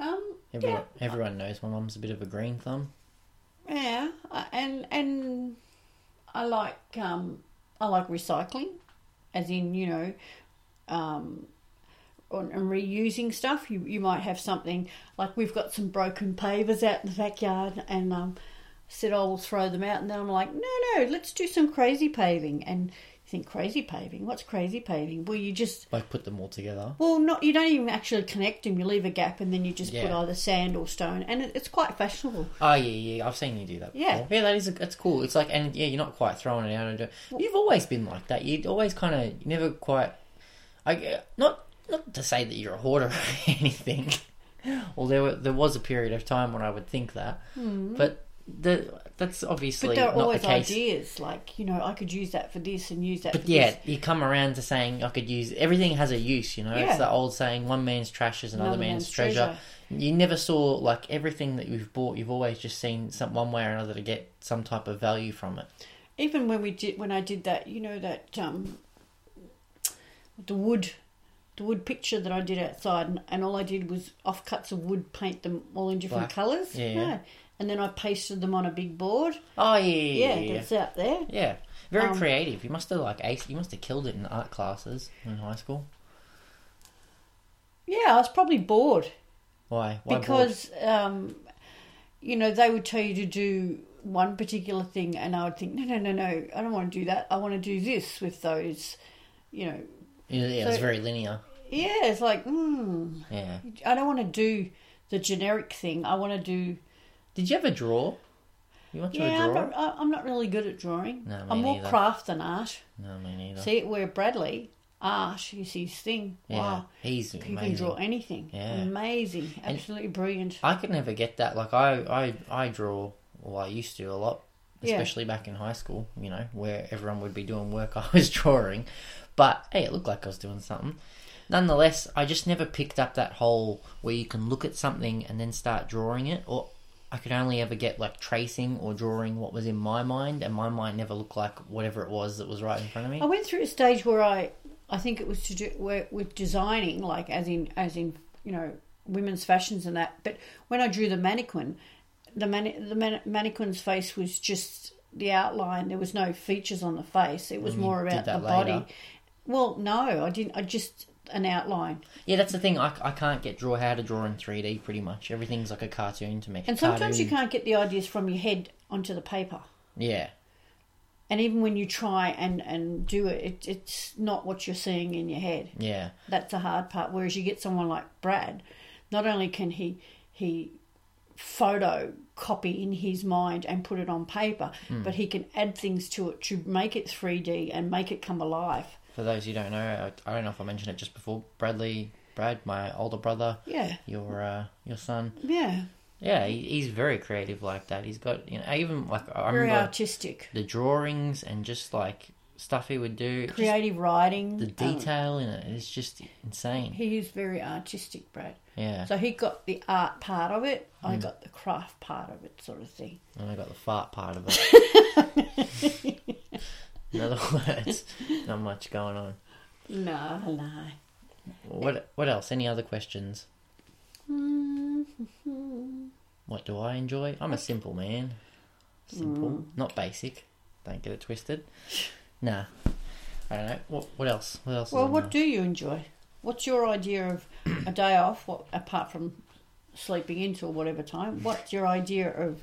Um, Everyone, yeah. everyone knows my mum's a bit of a green thumb. Yeah, I- and and I like um, I like recycling, as in you know, um, on- and reusing stuff. You you might have something like we've got some broken pavers out in the backyard, and um, I said oh we'll throw them out, and then I'm like no no let's do some crazy paving, and you think crazy paving? What's crazy paving? Well you just Like put them all together. well, not you don't even actually connect them. You leave a gap, and then you just put Yeah. either sand or stone, and it, it's quite fashionable. Oh yeah, yeah. I've seen you do that. Yeah. before. yeah. That is a, that's cool. It's like and yeah, you're not quite throwing it out. And do, you've always been like that. You always kind of you never quite. I not not to say that you're a hoarder [laughs] or anything. Well, there were, there was a period of time when I would think that, but the, that's obviously Hmm. But there are not the always case. ideas, like you know, I could use that for this and use that. But for yeah, this. you come around to saying I could use everything has a use, you know. Yeah. It's the old saying, one man's trash is another, Another man's, man's treasure. You never saw like everything that you've bought, you've always just seen some one way or another to get some type of value from it. even when we did when I did that, you know that um, the wood, the wood picture that I did outside, and, and all I did was off cuts of wood, paint them all in Black. different colours. Yeah. and then I pasted them on a big board. Oh yeah, yeah, Yeah, yeah, yeah. that's out there. Yeah. Very Um, creative. You must have like ace you must have killed it in art classes in high school. Yeah, I was probably bored. Why? Why bored? because um, you know they would tell you to do one particular thing, and I would think, no, no, no, no, I don't want to do that. I want to do this with those. You know, yeah, yeah, it was so- very linear. yeah, it's like, mm, Yeah. I don't want to do the generic thing. I want to do. Did you ever draw? You want to Yeah, I'm draw? not, I- I'm not really good at drawing. No, me I'm more neither. craft than art. No, me neither. See, where Bradley, art is his thing. yeah. Wow. He's He amazing. can draw anything. Yeah. Amazing. Absolutely brilliant. I could never get that. Like I, I, I draw. Well, I used to a lot, Yeah. especially back in high school. You know, where everyone would be doing work, [laughs] I was drawing. But hey, it looked like I was doing something. Nonetheless, I just never picked up that whole where you can look at something and then start drawing it. Or I could only ever get like tracing or drawing what was in my mind, and my mind never looked like whatever it was that was right in front of me. I went through a stage where I, I think it was to do where, with designing, like as in as in you know women's fashions and that. But when I drew the mannequin, the mani- the man- mannequin's face was just the outline. There was no features on the face. It was more Mm, did about the that body. later. Well, no, I didn't. I just an outline. Yeah, that's the thing. I, I can't get draw how to draw in three D. Pretty much everything's like a cartoon to me. And sometimes you Cartoon. can't get the ideas from your head onto the paper. Yeah. And even when you try and, and do it, it, it's not what you're seeing in your head. Yeah. that's the hard part. Whereas you get someone like Brad, not only can he he photo copy in his mind and put it on paper, Hmm. but he can add things to it to make it 3D and make it come alive. For those who don't know, I, I don't know if I mentioned it just before. Bradley Brad, my older brother, Yeah. your uh, your son. Yeah. Yeah, he, he's very creative like that. He's got you know even like I Very remember artistic. the drawings and just like stuff he would do. just Creative writing. the Um, detail in it is just insane. he is very artistic, Brad. Yeah, Hmm. So he got the art part of it. I got the craft part of it, sort of thing. and I got the fart part of it. [laughs] in other words, not much going on. No, no. What what else? Any other questions? Mm-hmm. What do I enjoy? I'm a simple man. Simple, Mm. not basic. Don't get it twisted. Nah, I don't know. What what else? What else? is Well, on what there? do you enjoy? What's your idea of a day off? What apart from sleeping in till whatever time? What's your idea of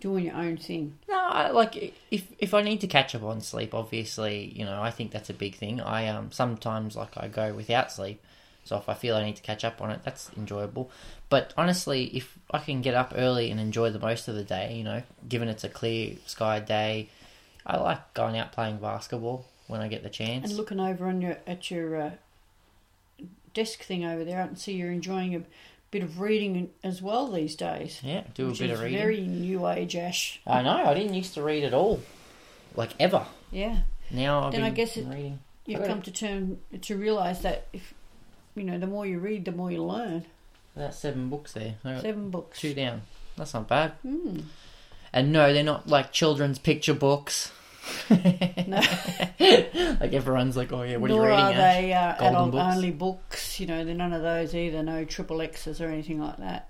doing your own thing? No, I, like if if I need to catch up on sleep, obviously, you know, I think that's a big thing. I um sometimes like I go without sleep, so if I feel I need to catch up on it, that's enjoyable. But honestly, if I can get up early and enjoy the most of the day, you know, given it's a clear sky day, I like going out playing basketball when I get the chance. And looking over on your at your uh, desk thing over there, I can see you're enjoying a bit of reading as well these days. yeah, do a which bit is of reading. Very new age, Ash. I know I didn't used to read at all, like ever. Yeah. Now I've Then been I guess it- reading. You've Right. come to term to realise that if you know, the more you read, the more you learn. That's seven books there. I got Seven books. two down. That's not bad. [laughs] Mm. And no, they're not like children's picture books. [laughs] No. like everyone's like, oh yeah, what Nor are you reading? are Ash?" they uh, Golden adult books. only books. You know, they're none of those either. No triple X's or anything like that.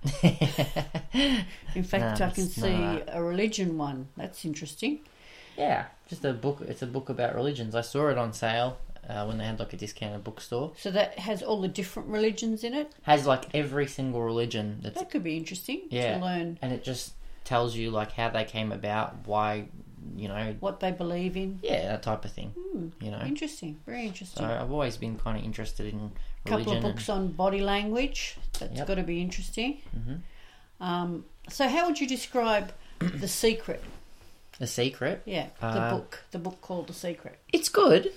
In fact, No, I can it's see not. a religion one. That's interesting. [laughs] yeah, just a book. It's a book about religions. I saw it on sale uh, when they had like a discounted bookstore. So that has all the different religions in it. Has like every single religion that's That could be interesting yeah, to learn and it just tells you like how they came about, why, you know, what they believe in. yeah, that type of thing. You know, Hmm, Interesting, very interesting. so I've always been kind of interested in a couple religion. of books on body language. Yep. That's Mm-hmm. got to be interesting. Um, so, how would [coughs] you describe the secret? and The Secret. Yeah, Uh, the book, the book called The Secret. It's good.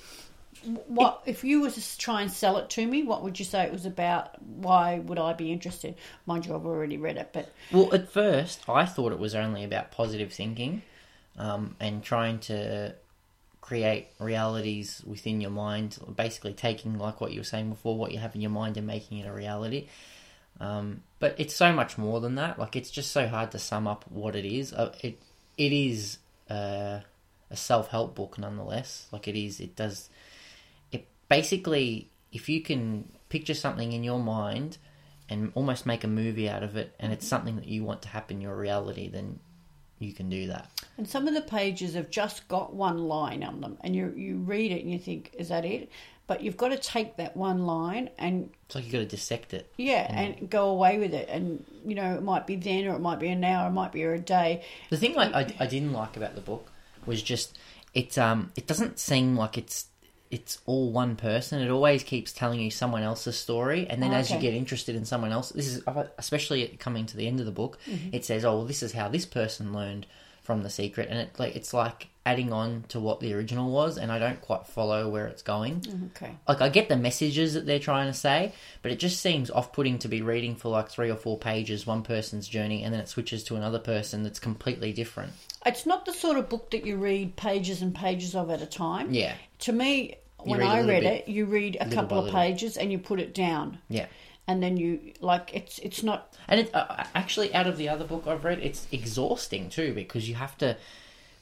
What if you were to s- try and sell it to me? What would you say it was about? Why would I be interested? Mind you, I've already read it, but Well, at first, I thought it was only about positive thinking um, and trying to create realities within your mind, basically taking, like what you were saying before, what you have in your mind and making it a reality. Um, but it's so much more than that. Like, it's just so hard to sum up what it is. Uh, It It is uh, a self help book, nonetheless. Like, it is, it does it basically if you can picture something in your mind and almost make a movie out of it and it's something that you want to happen in your reality then you can do that and some of the pages have just got one line on them, and you you read it and you think, is that it? But you've got to take that one line and it's like you got to dissect it yeah, Mm. and go away with it, and you know it might be then, or it might be an hour, it might be a day. the thing I, I, I didn't like about the book was just it um it doesn't seem like it's it's all one person. It always keeps telling you someone else's story, and then as you Okay. get interested in someone else, this is especially at coming to the end of the book. It says, "Oh, well, this is how this person learned from the secret," and it like it's like adding on to what the original was, and I don't quite follow where it's going Okay, like I get the messages that they're trying to say, but it just seems off-putting to be reading for like three or four pages one person's journey and then it switches to another person that's completely different. it's not the sort of book that you read pages and pages of at a time. Yeah. To me, when read a I little read bit, it, you read a little couple by of little. pages and you put it down. Yeah. And then you like it's it's not And it uh, actually out of the other book I've read, it's exhausting too because you have to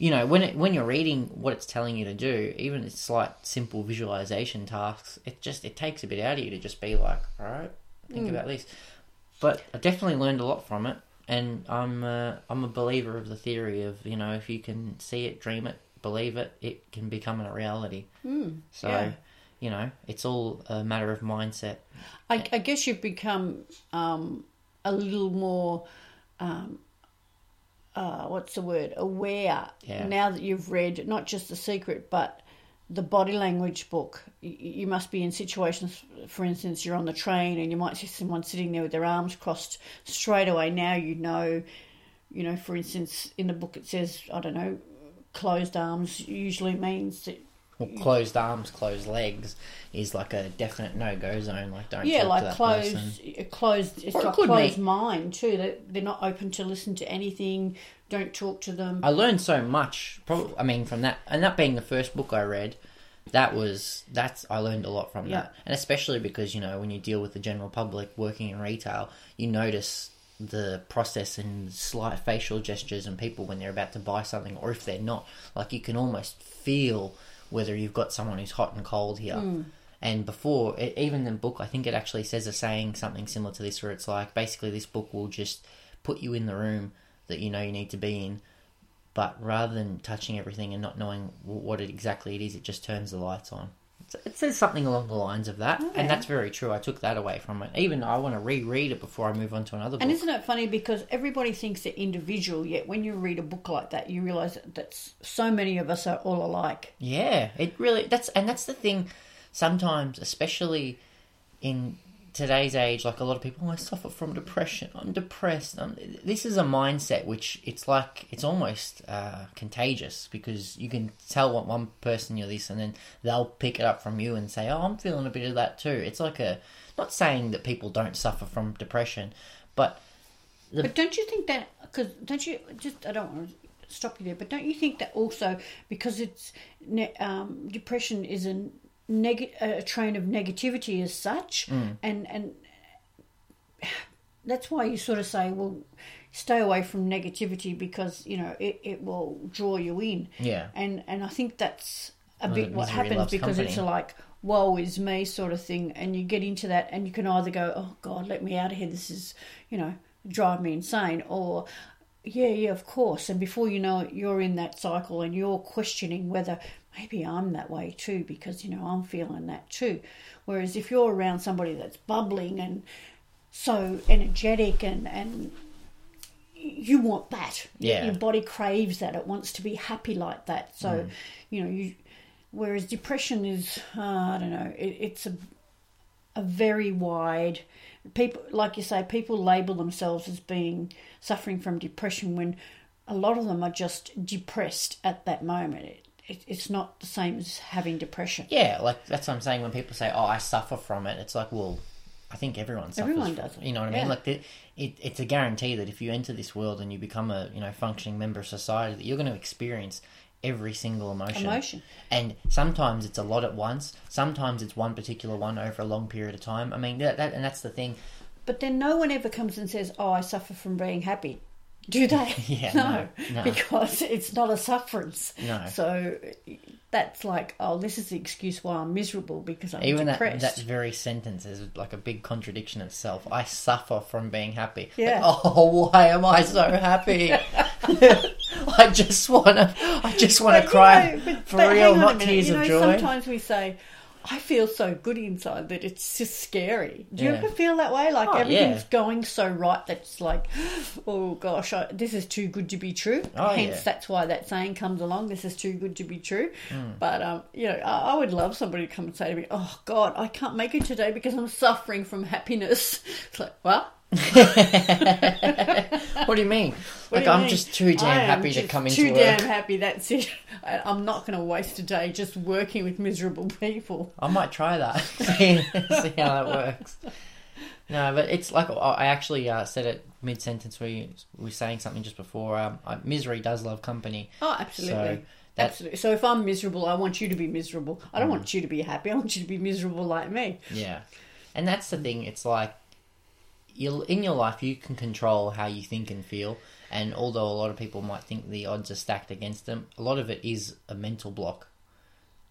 you know, when it, when you're reading what it's telling you to do, even it's like simple visualization tasks, it just it takes a bit out of you to just be like, all right, think about this. But I definitely learned a lot from it, and I'm uh, I'm a believer of the theory of you know if you can see it, dream it, believe it, it can become a reality. Mm, so, yeah. you know, it's all a matter of mindset. I, I guess you've become um, a little more, um, uh, what's the word, aware Yeah. now that you've read not just The Secret, but the body language book. You, you must be in situations, for instance, you're on the train and you might see someone sitting there with their arms crossed straight away. Now you know, you know, for instance, in the book it says, I don't know, closed arms usually means that well, closed arms, closed legs is like a definite no go zone. Like don't talk Yeah, to like that closed, person. uh, closed. It's Or it got could be. closed mind too. That they're not open to listen to anything. Don't talk to them. I learned so much. Probably, I mean, from that, and that being the first book I read, that was that's I learned a lot from Yeah. that, and especially because you know when you deal with the general public working in retail, you notice the process and slight facial gestures and people when they're about to buy something or if they're not. Like you can almost feel whether you've got someone who's hot and cold here. And before, e- even the book, I think it actually says a saying something similar to this, where it's like basically this book will just put you in the room that you know you need to be in, but rather than touching everything and not knowing wh- what it exactly it is, it just turns the lights on. It's- It says something along the lines of that, Okay. and that's very true. I took that away from it. Even I want to reread it before I move on to another book. And isn't it funny because everybody thinks they're individual, yet when you read a book like that, you realise that that's, so many of us are all alike. Yeah, it really that's and that's the thing. Sometimes, especially in today's age, like a lot of people, oh, I suffer from depression. I'm depressed. I'm, this is a mindset which it's like it's almost uh, contagious because you can tell what one person you're this, and then they'll pick it up from you and say, "Oh, I'm feeling a bit of that too." It's like a not saying that people don't suffer from depression, but But don't you think that? Because don't you just? I don't want to stop you there, but don't you think that also because it's ne- um, depression is a neg- a train of negativity as such, and and that's why you sort of say, well, stay away from negativity because you know it, it will draw you in. Yeah. And and I think that's a bit that what misery happens loves because it's a company. like woe is me sort of thing, and you get into that, and you can either go, oh God, let me out of here. This is you know drive me insane, or yeah, yeah, of course. And before you know it, you're in that cycle, and you're questioning whether maybe I'm that way too because you know I'm feeling that too. Whereas if you're around somebody that's bubbling and so energetic and and you want that Your- Yeah. your body craves that it wants to be happy like that so you know you whereas depression is uh, i don't know it, it's a a very wide people like you say people label themselves as being suffering from depression when a lot of them are just depressed at that moment it, it, it's not the same as having depression Yeah, like that's what I'm saying when people say, "Oh, I suffer from it." It's like, well, I think everyone suffers. Everyone from- does it, You know what I yeah. mean? Like, the, it, it's a guarantee that if you enter this world and you become a you know functioning member of society, that you're going to experience every single emotion. Emotion. And sometimes it's a lot at once. Sometimes it's one particular one over a long period of time. I mean, that, that and that's the thing. But then no one ever comes and says, "Oh, I suffer from being happy," do [laughs] they? Yeah, no, no. because it's not a sufferance. No. So that's like, oh, this is the excuse why I'm miserable because I'm Even that, depressed. that very sentence is like a big contradiction itself. I suffer from being happy. Yeah. Like, oh, why am I so [laughs] happy? I just wanna, I just wanna But, cry [laughs] you know, but- for but real, hang on a not minute. tears you know, of joy. Sometimes we say. I feel so good inside that it's just scary. Do you Yeah. ever feel that way? Like Oh, yeah. everything's going so right that it's like, [gasps] oh gosh, I, this is too good to be true. Oh, Hence, yeah. that's why that saying comes along. This is too good to be true. Hmm. But um, you know, I, I would love somebody to come and say to me, "Oh God, I can't make it today because I'm suffering from happiness." [laughs] It's like, well, What do you mean? what like do you I'm mean? just too I damn am happy to just come into Too damn work. happy. That's it. [laughs] I, I'm not going to waste a day just working with miserable [laughs] people. I might try [laughs] that. [laughs] see, see how that works. No, but it's like I- I actually uh, said it mid sentence. We we were saying something just before. Um, I, misery does love company. Oh, absolutely. So that's Absolutely. So if I'm miserable, I want you to be miserable. I don't want you to be happy. I want you to be miserable like me. Yeah, and that's the thing. It's like you in your life you can control how you think and feel. And although a lot of people might think the odds are stacked against them, a lot of it is a mental block.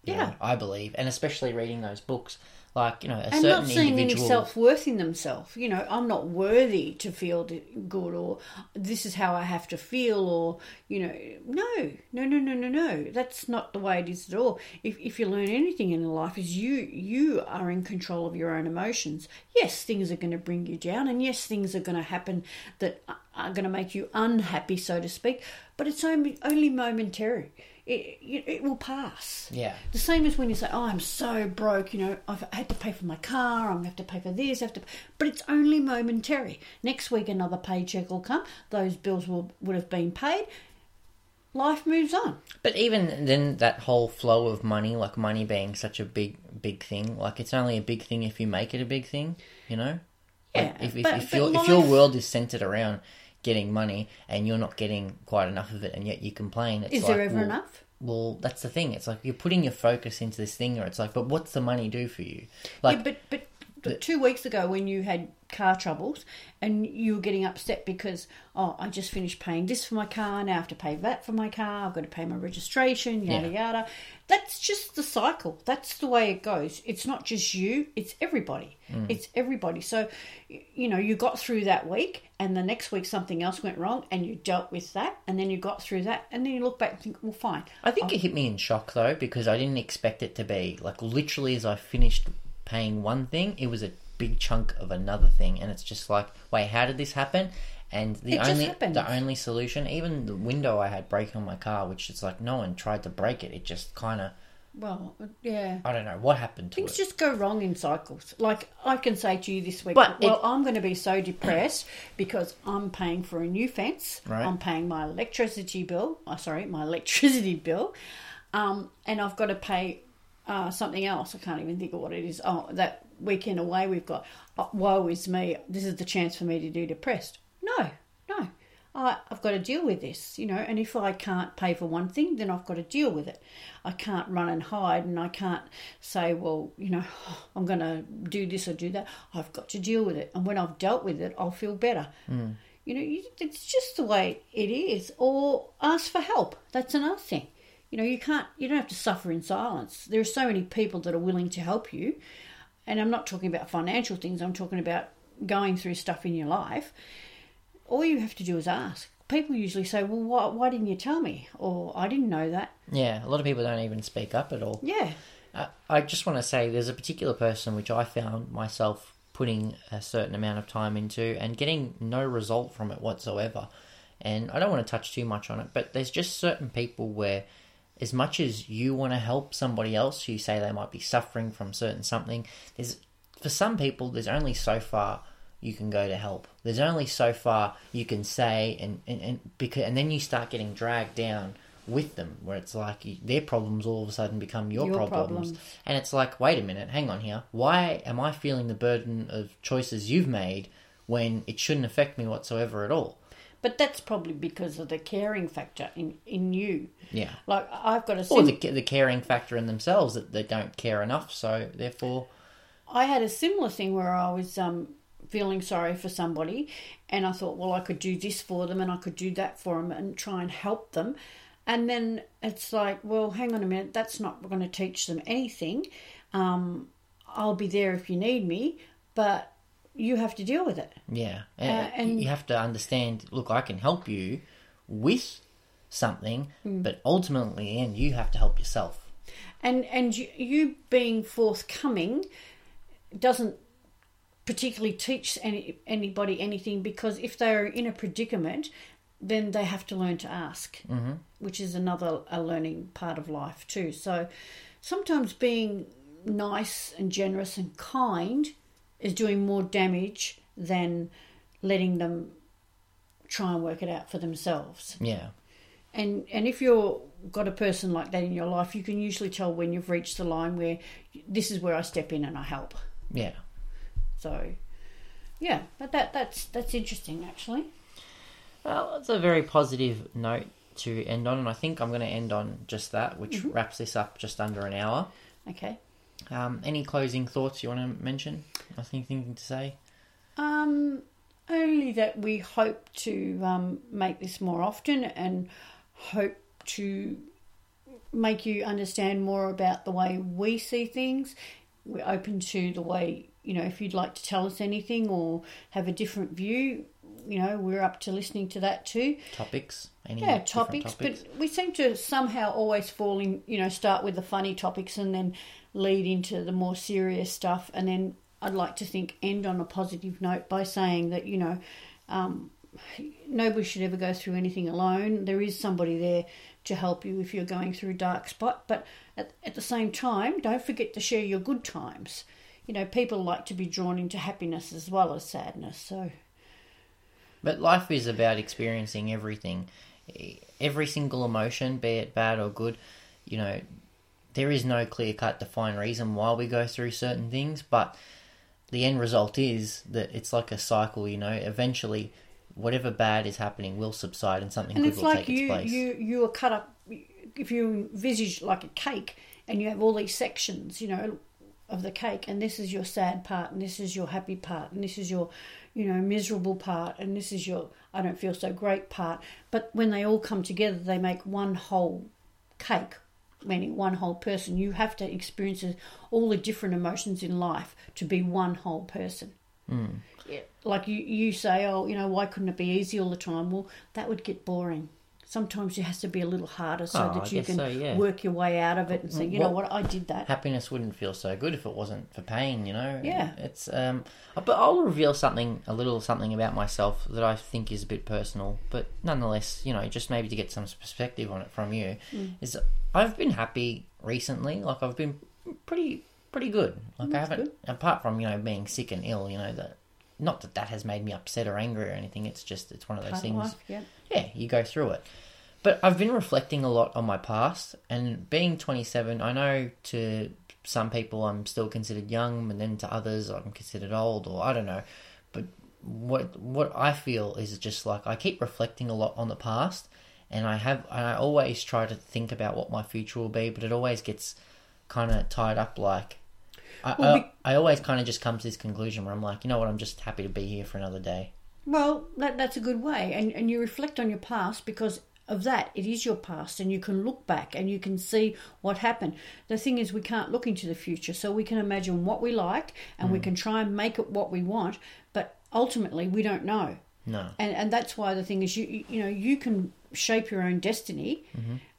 you Yeah. know, I believe, and especially reading those books, like you know, a and certain not seeing individual. any self worth in themselves. You know, I'm not worthy to feel d- good, or this is how I have to feel, or you know, no, no, no, no, no, no. That's not the way it is at all. If if you learn anything in life, is you you are in control of your own emotions. Yes, things are going to bring you down, and yes, things are going to happen that a- are going to make you unhappy, so to speak. But it's only only momentary. It, it, it will pass. Yeah. The same as when you say, "Oh, I'm so broke," you know, I've had to pay for my car, I'm gonna have to pay for this, I have to, but it's only momentary. Next week, another paycheck will come; those bills will would have been paid, life moves on. But even then, that whole flow of money, like money being such a big, big thing, like it's only a big thing if you make it a big thing, you know? Like, Yeah, if, if, but- if, but your, if your life- world is centered around getting money and you're not getting quite enough of it and yet you complain, it's Is like, there ever well, enough? Well, that's the thing. It's like you're putting your focus into this thing, or it's like, but what's the money do for you? Like, yeah, but but but two weeks ago when you had car troubles and you were getting upset because oh I just finished paying this for my car now I have to pay that for my car I've got to pay my registration yada Yeah. yada. That's just the cycle. That's the way it goes. It's not just you. It's everybody. Mm. It's everybody. So y- you know you got through that week and the next week something else went wrong and you dealt with that and then you got through that and then you look back and think well fine I think it hit me in shock though because I didn't expect it to be like literally as I finished paying one thing, it was a big chunk of another thing, and it's just like, wait, how did this happen? And the It just only happens. the only solution, even the window I had break on my car, which is like no one tried to break it. It just kind of well uh, yeah I don't know what happened to Things it. just go wrong in cycles. Like I can say to you this week, But well, it- I'm going to be so depressed because I'm paying for a new fence. Right. I'm paying my electricity bill. Oh, sorry, my electricity [laughs] bill, um, and I've got to pay uh, something else. I can't even think of what it is. Oh, that weekend away we've got. Oh, woe is me. This is the chance for me to do depressed. No, no. I, I've got to deal with this, you know, and if I can't pay for one thing, then I've got to deal with it. I can't run and hide and I can't say, well, you know, [sighs] I'm going to do this or do that. I've got to deal with it. And when I've dealt with it, I'll feel better. You know, you, it's just the way it is. Or ask for help. That's another thing. You know, you can't, you don't have to suffer in silence. There are so many people that are willing to help you. And I'm not talking about financial things, I'm talking about going through stuff in your life. All you have to do is ask. People usually say, well, why, why didn't you tell me? Or I didn't know that. yeah, a lot of people don't even speak up at all. Yeah. I- I just want to say there's a particular person which I found myself putting a certain amount of time into and getting no result from it whatsoever. And I don't want to touch too much on it, but there's just certain people where, as much as you want to help somebody else, you say they might be suffering from certain something. There's for some people, there's only so far you can go to help. There's only so far you can say, and and and, because, and then you start getting dragged down with them, where it's like you, their problems all of a sudden become your, Your problems. problems. And it's like, wait a minute, hang on here. Why am I feeling the burden of choices you've made when it shouldn't affect me whatsoever at all? But that's probably because of the caring factor in, in you. Yeah. Like, I've got a Or sim- the, the caring factor in themselves that they don't care enough, so therefore, I had a similar thing where I was um, feeling sorry for somebody, and I thought, well, I could do this for them, and I could do that for them, and try and help them. And then it's like, well, hang on a minute, that's not going to teach them anything. Um, I'll be there if you need me, but you have to deal with it. yeah. uh, and- you have to understand look, I can help you with something, but ultimately, in the end, you have to help yourself. and and you, you being forthcoming doesn't particularly teach any, anybody anything because if they are in a predicament then they have to learn to ask mm-hmm. which is another a learning part of life too so sometimes being nice and generous and kind is doing more damage than letting them try and work it out for themselves Yeah. and and if you're got a person like that in your life, you can usually tell when you've reached the line where this is where I step in and I help. Yeah. So, yeah, but that that's that's interesting actually. Well, it's a very positive note to end on, and I think I'm going to end on just that, which wraps this up just under an hour. Okay. Um, any closing thoughts you want to mention? Nothing, anything to say? Um, only that we hope to um, make this more often and hope to make you understand more about the way we see things. We're open to the way, you know, if you'd like to tell us anything or have a different view, you know, we're up to listening to that too. Topics? Any Yeah, different topics, but we seem to somehow always fall in, you know, start with the funny topics and then lead into the more serious stuff. And then I'd like to think end on a positive note by saying that, you know, um, nobody should ever go through anything alone. There is somebody there to help you if you're going through a dark spot. But at, at the same time, don't forget to share your good times. You know, people like to be drawn into happiness as well as sadness. So, But life is about experiencing everything. every single emotion, be it bad or good, you know, there is no clear cut defined reason why we go through certain things, but the end result is that it's like a cycle, you know, eventually whatever bad is happening will subside and something And good it's will like take its you, place. you you are cut up. If you envisage like a cake, and you have all these sections, you know, of the cake, and this is your sad part, and this is your happy part, and this is your, you know, miserable part, and this is your I don't feel so great part. But when they all come together, they make one whole cake, meaning one whole person. You have to experience all the different emotions in life to be one whole person Hmm. like you, you say, oh, you know, why couldn't it be easy all the time? Well, that would get boring. Sometimes it has to be a little harder so Oh, I that you guess can so, yeah. work your way out of it and say, you know What- what, I did that. happiness wouldn't feel so good if it wasn't for pain, you know. Yeah. It's um, but I'll reveal something, a little something about myself that I think is a bit personal, but nonetheless, you know, just maybe to get some perspective on it from you, Hmm. is I've been happy recently. Like I've been pretty pretty good. Hmm, Like I haven't, apart from you know being sick and ill, you know that. Not that that has made me upset or angry or anything. It's just it's one of those Part of things life, yeah. yeah, you go through it. But I've been reflecting a lot on my past, and being 27, I know to some people I'm still considered young, and then to others I'm considered old, or I don't know. But what what I feel is just like I keep reflecting a lot on the past, and I have and I always try to think about what my future will be, but it always gets kind of tied up like. I, Well, I, be- I always kind of just come to this conclusion where I'm like, you know what, I'm just happy to be here for another day. Well, that, that's a good way. And, and you reflect on your past because of that, it is your past, and you can look back and you can see what happened. The thing is, we can't look into the future, so we can imagine what we like and we can try and make it what we want, but ultimately, we don't know. No. and and that's why the thing is you you- you know you can shape your own destiny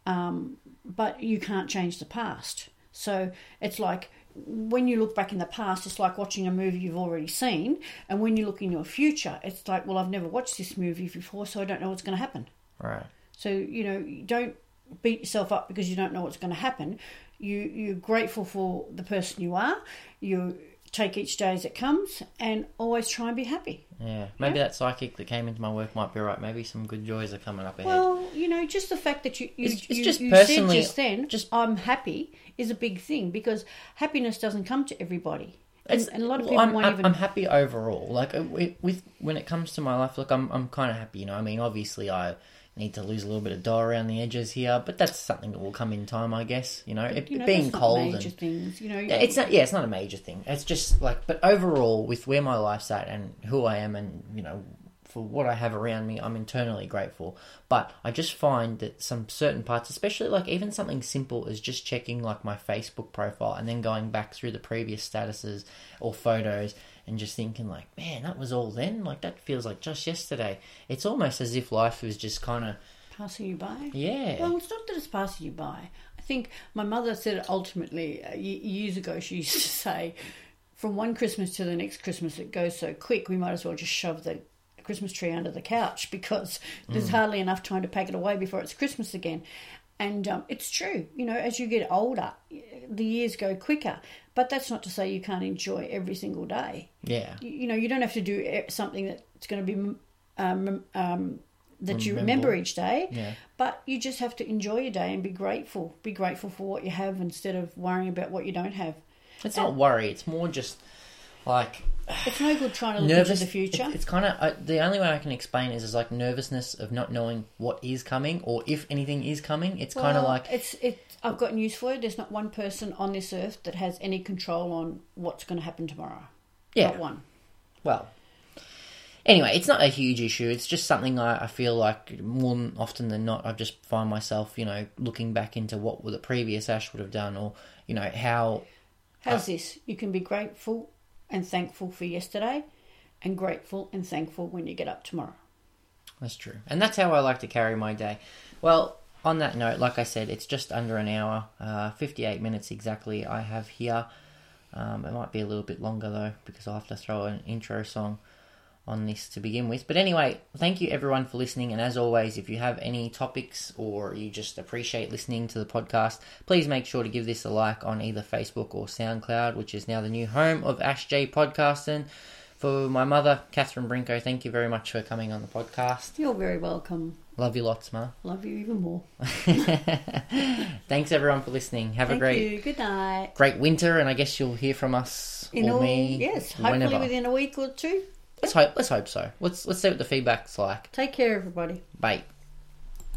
um, but you can't change the past so it's like when you look back in the past it's like watching a movie you've already seen and when you look in your future it's like well i've never watched this movie before so i don't know what's going to happen Right. so you know, you don't beat yourself up because you don't know what's going to happen. You you're grateful for the person you are. You take each day as it comes, and always try and be happy. Yeah, maybe that psychic that came into my work might be right. Maybe some good joys are coming up ahead. Well, you know, just the fact that you you, It's- it's you, just you personally- said just then, just- I'm happy is a big thing because happiness doesn't come to everybody, and, and a lot of Well, people I'm, won't I'm, even. I'm happy overall. Like uh, wi- with when it comes to my life, look, I'm I'm kind of happy. You know, I mean, obviously, I need to lose a little bit of dough around the edges here, but that's something that will come in time, I guess. You know, it, you know, it being that's not cold major and things, you know. Yeah, it's not. Yeah, it's not a major thing. It's just like, but overall, with where my life's at and who I am, and you know, for what I have around me, I'm internally grateful. But I just find that some certain parts, especially like even something simple, is just checking like my Facebook profile and then going back through the previous statuses or photos and just thinking like, man, that was all then. Like that feels like just yesterday. It's almost as if life was just kind of passing you by. yeah. Well, it's not that it's passing you by. I think my mother said it ultimately uh, y- years ago. She [laughs] used to say, from one Christmas to the next Christmas, it goes so quick, we might as well just shove the Christmas tree under the couch [laughs] because there's hardly enough time to pack it away before it's Christmas again. And um, it's true, you know, as you get older, y- the years go quicker. But that's not to say you can't enjoy every single day yeah. you, you know you don't have to do e- something that's going to be um, um, that you Remember. remember each day Yeah. but you just have to enjoy your day and be grateful be grateful for what you have instead of worrying about what you don't have It's not worry. It's more just like it's no good trying to look into the future it- it's kind of uh, the only way I can explain is is like nervousness of not knowing what is coming or if anything is coming. It's kind of Well, like it's it i've got news for you there's not one person on this earth that has any control on what's going to happen tomorrow yeah. not one Well, anyway, it's not a huge issue. It's just something I, I feel like more than often than not, I just find myself you know looking back into what the previous Ash would have done or you know how How's Uh. this? You can be grateful and thankful for yesterday and grateful and thankful when you get up tomorrow. That's true. And that's how I like to carry my day. Well, on that note, like I said, it's just under an hour, uh, 58 minutes exactly I have here. Um, it might be a little bit longer though, because I'll have to throw an intro song on this to begin with. But anyway, thank you everyone for listening. And as always, if you have any topics or you just appreciate listening to the podcast, please make sure to give this a like on either Facebook or SoundCloud, which is now the new home of Ash J Podcasting. For my mother, Catherine Brinko, thank you very much for coming on the podcast. You're very welcome. Love you lots, Ma. Love you even more. Thanks everyone for listening. Have Thank a great you. Good night. great winter, and I guess you'll hear from us In or all, me. yes, hopefully whenever. within a week or two. Let's hope. Let's hope so. Let's let's see what the feedback's like. Take care, everybody. Bye.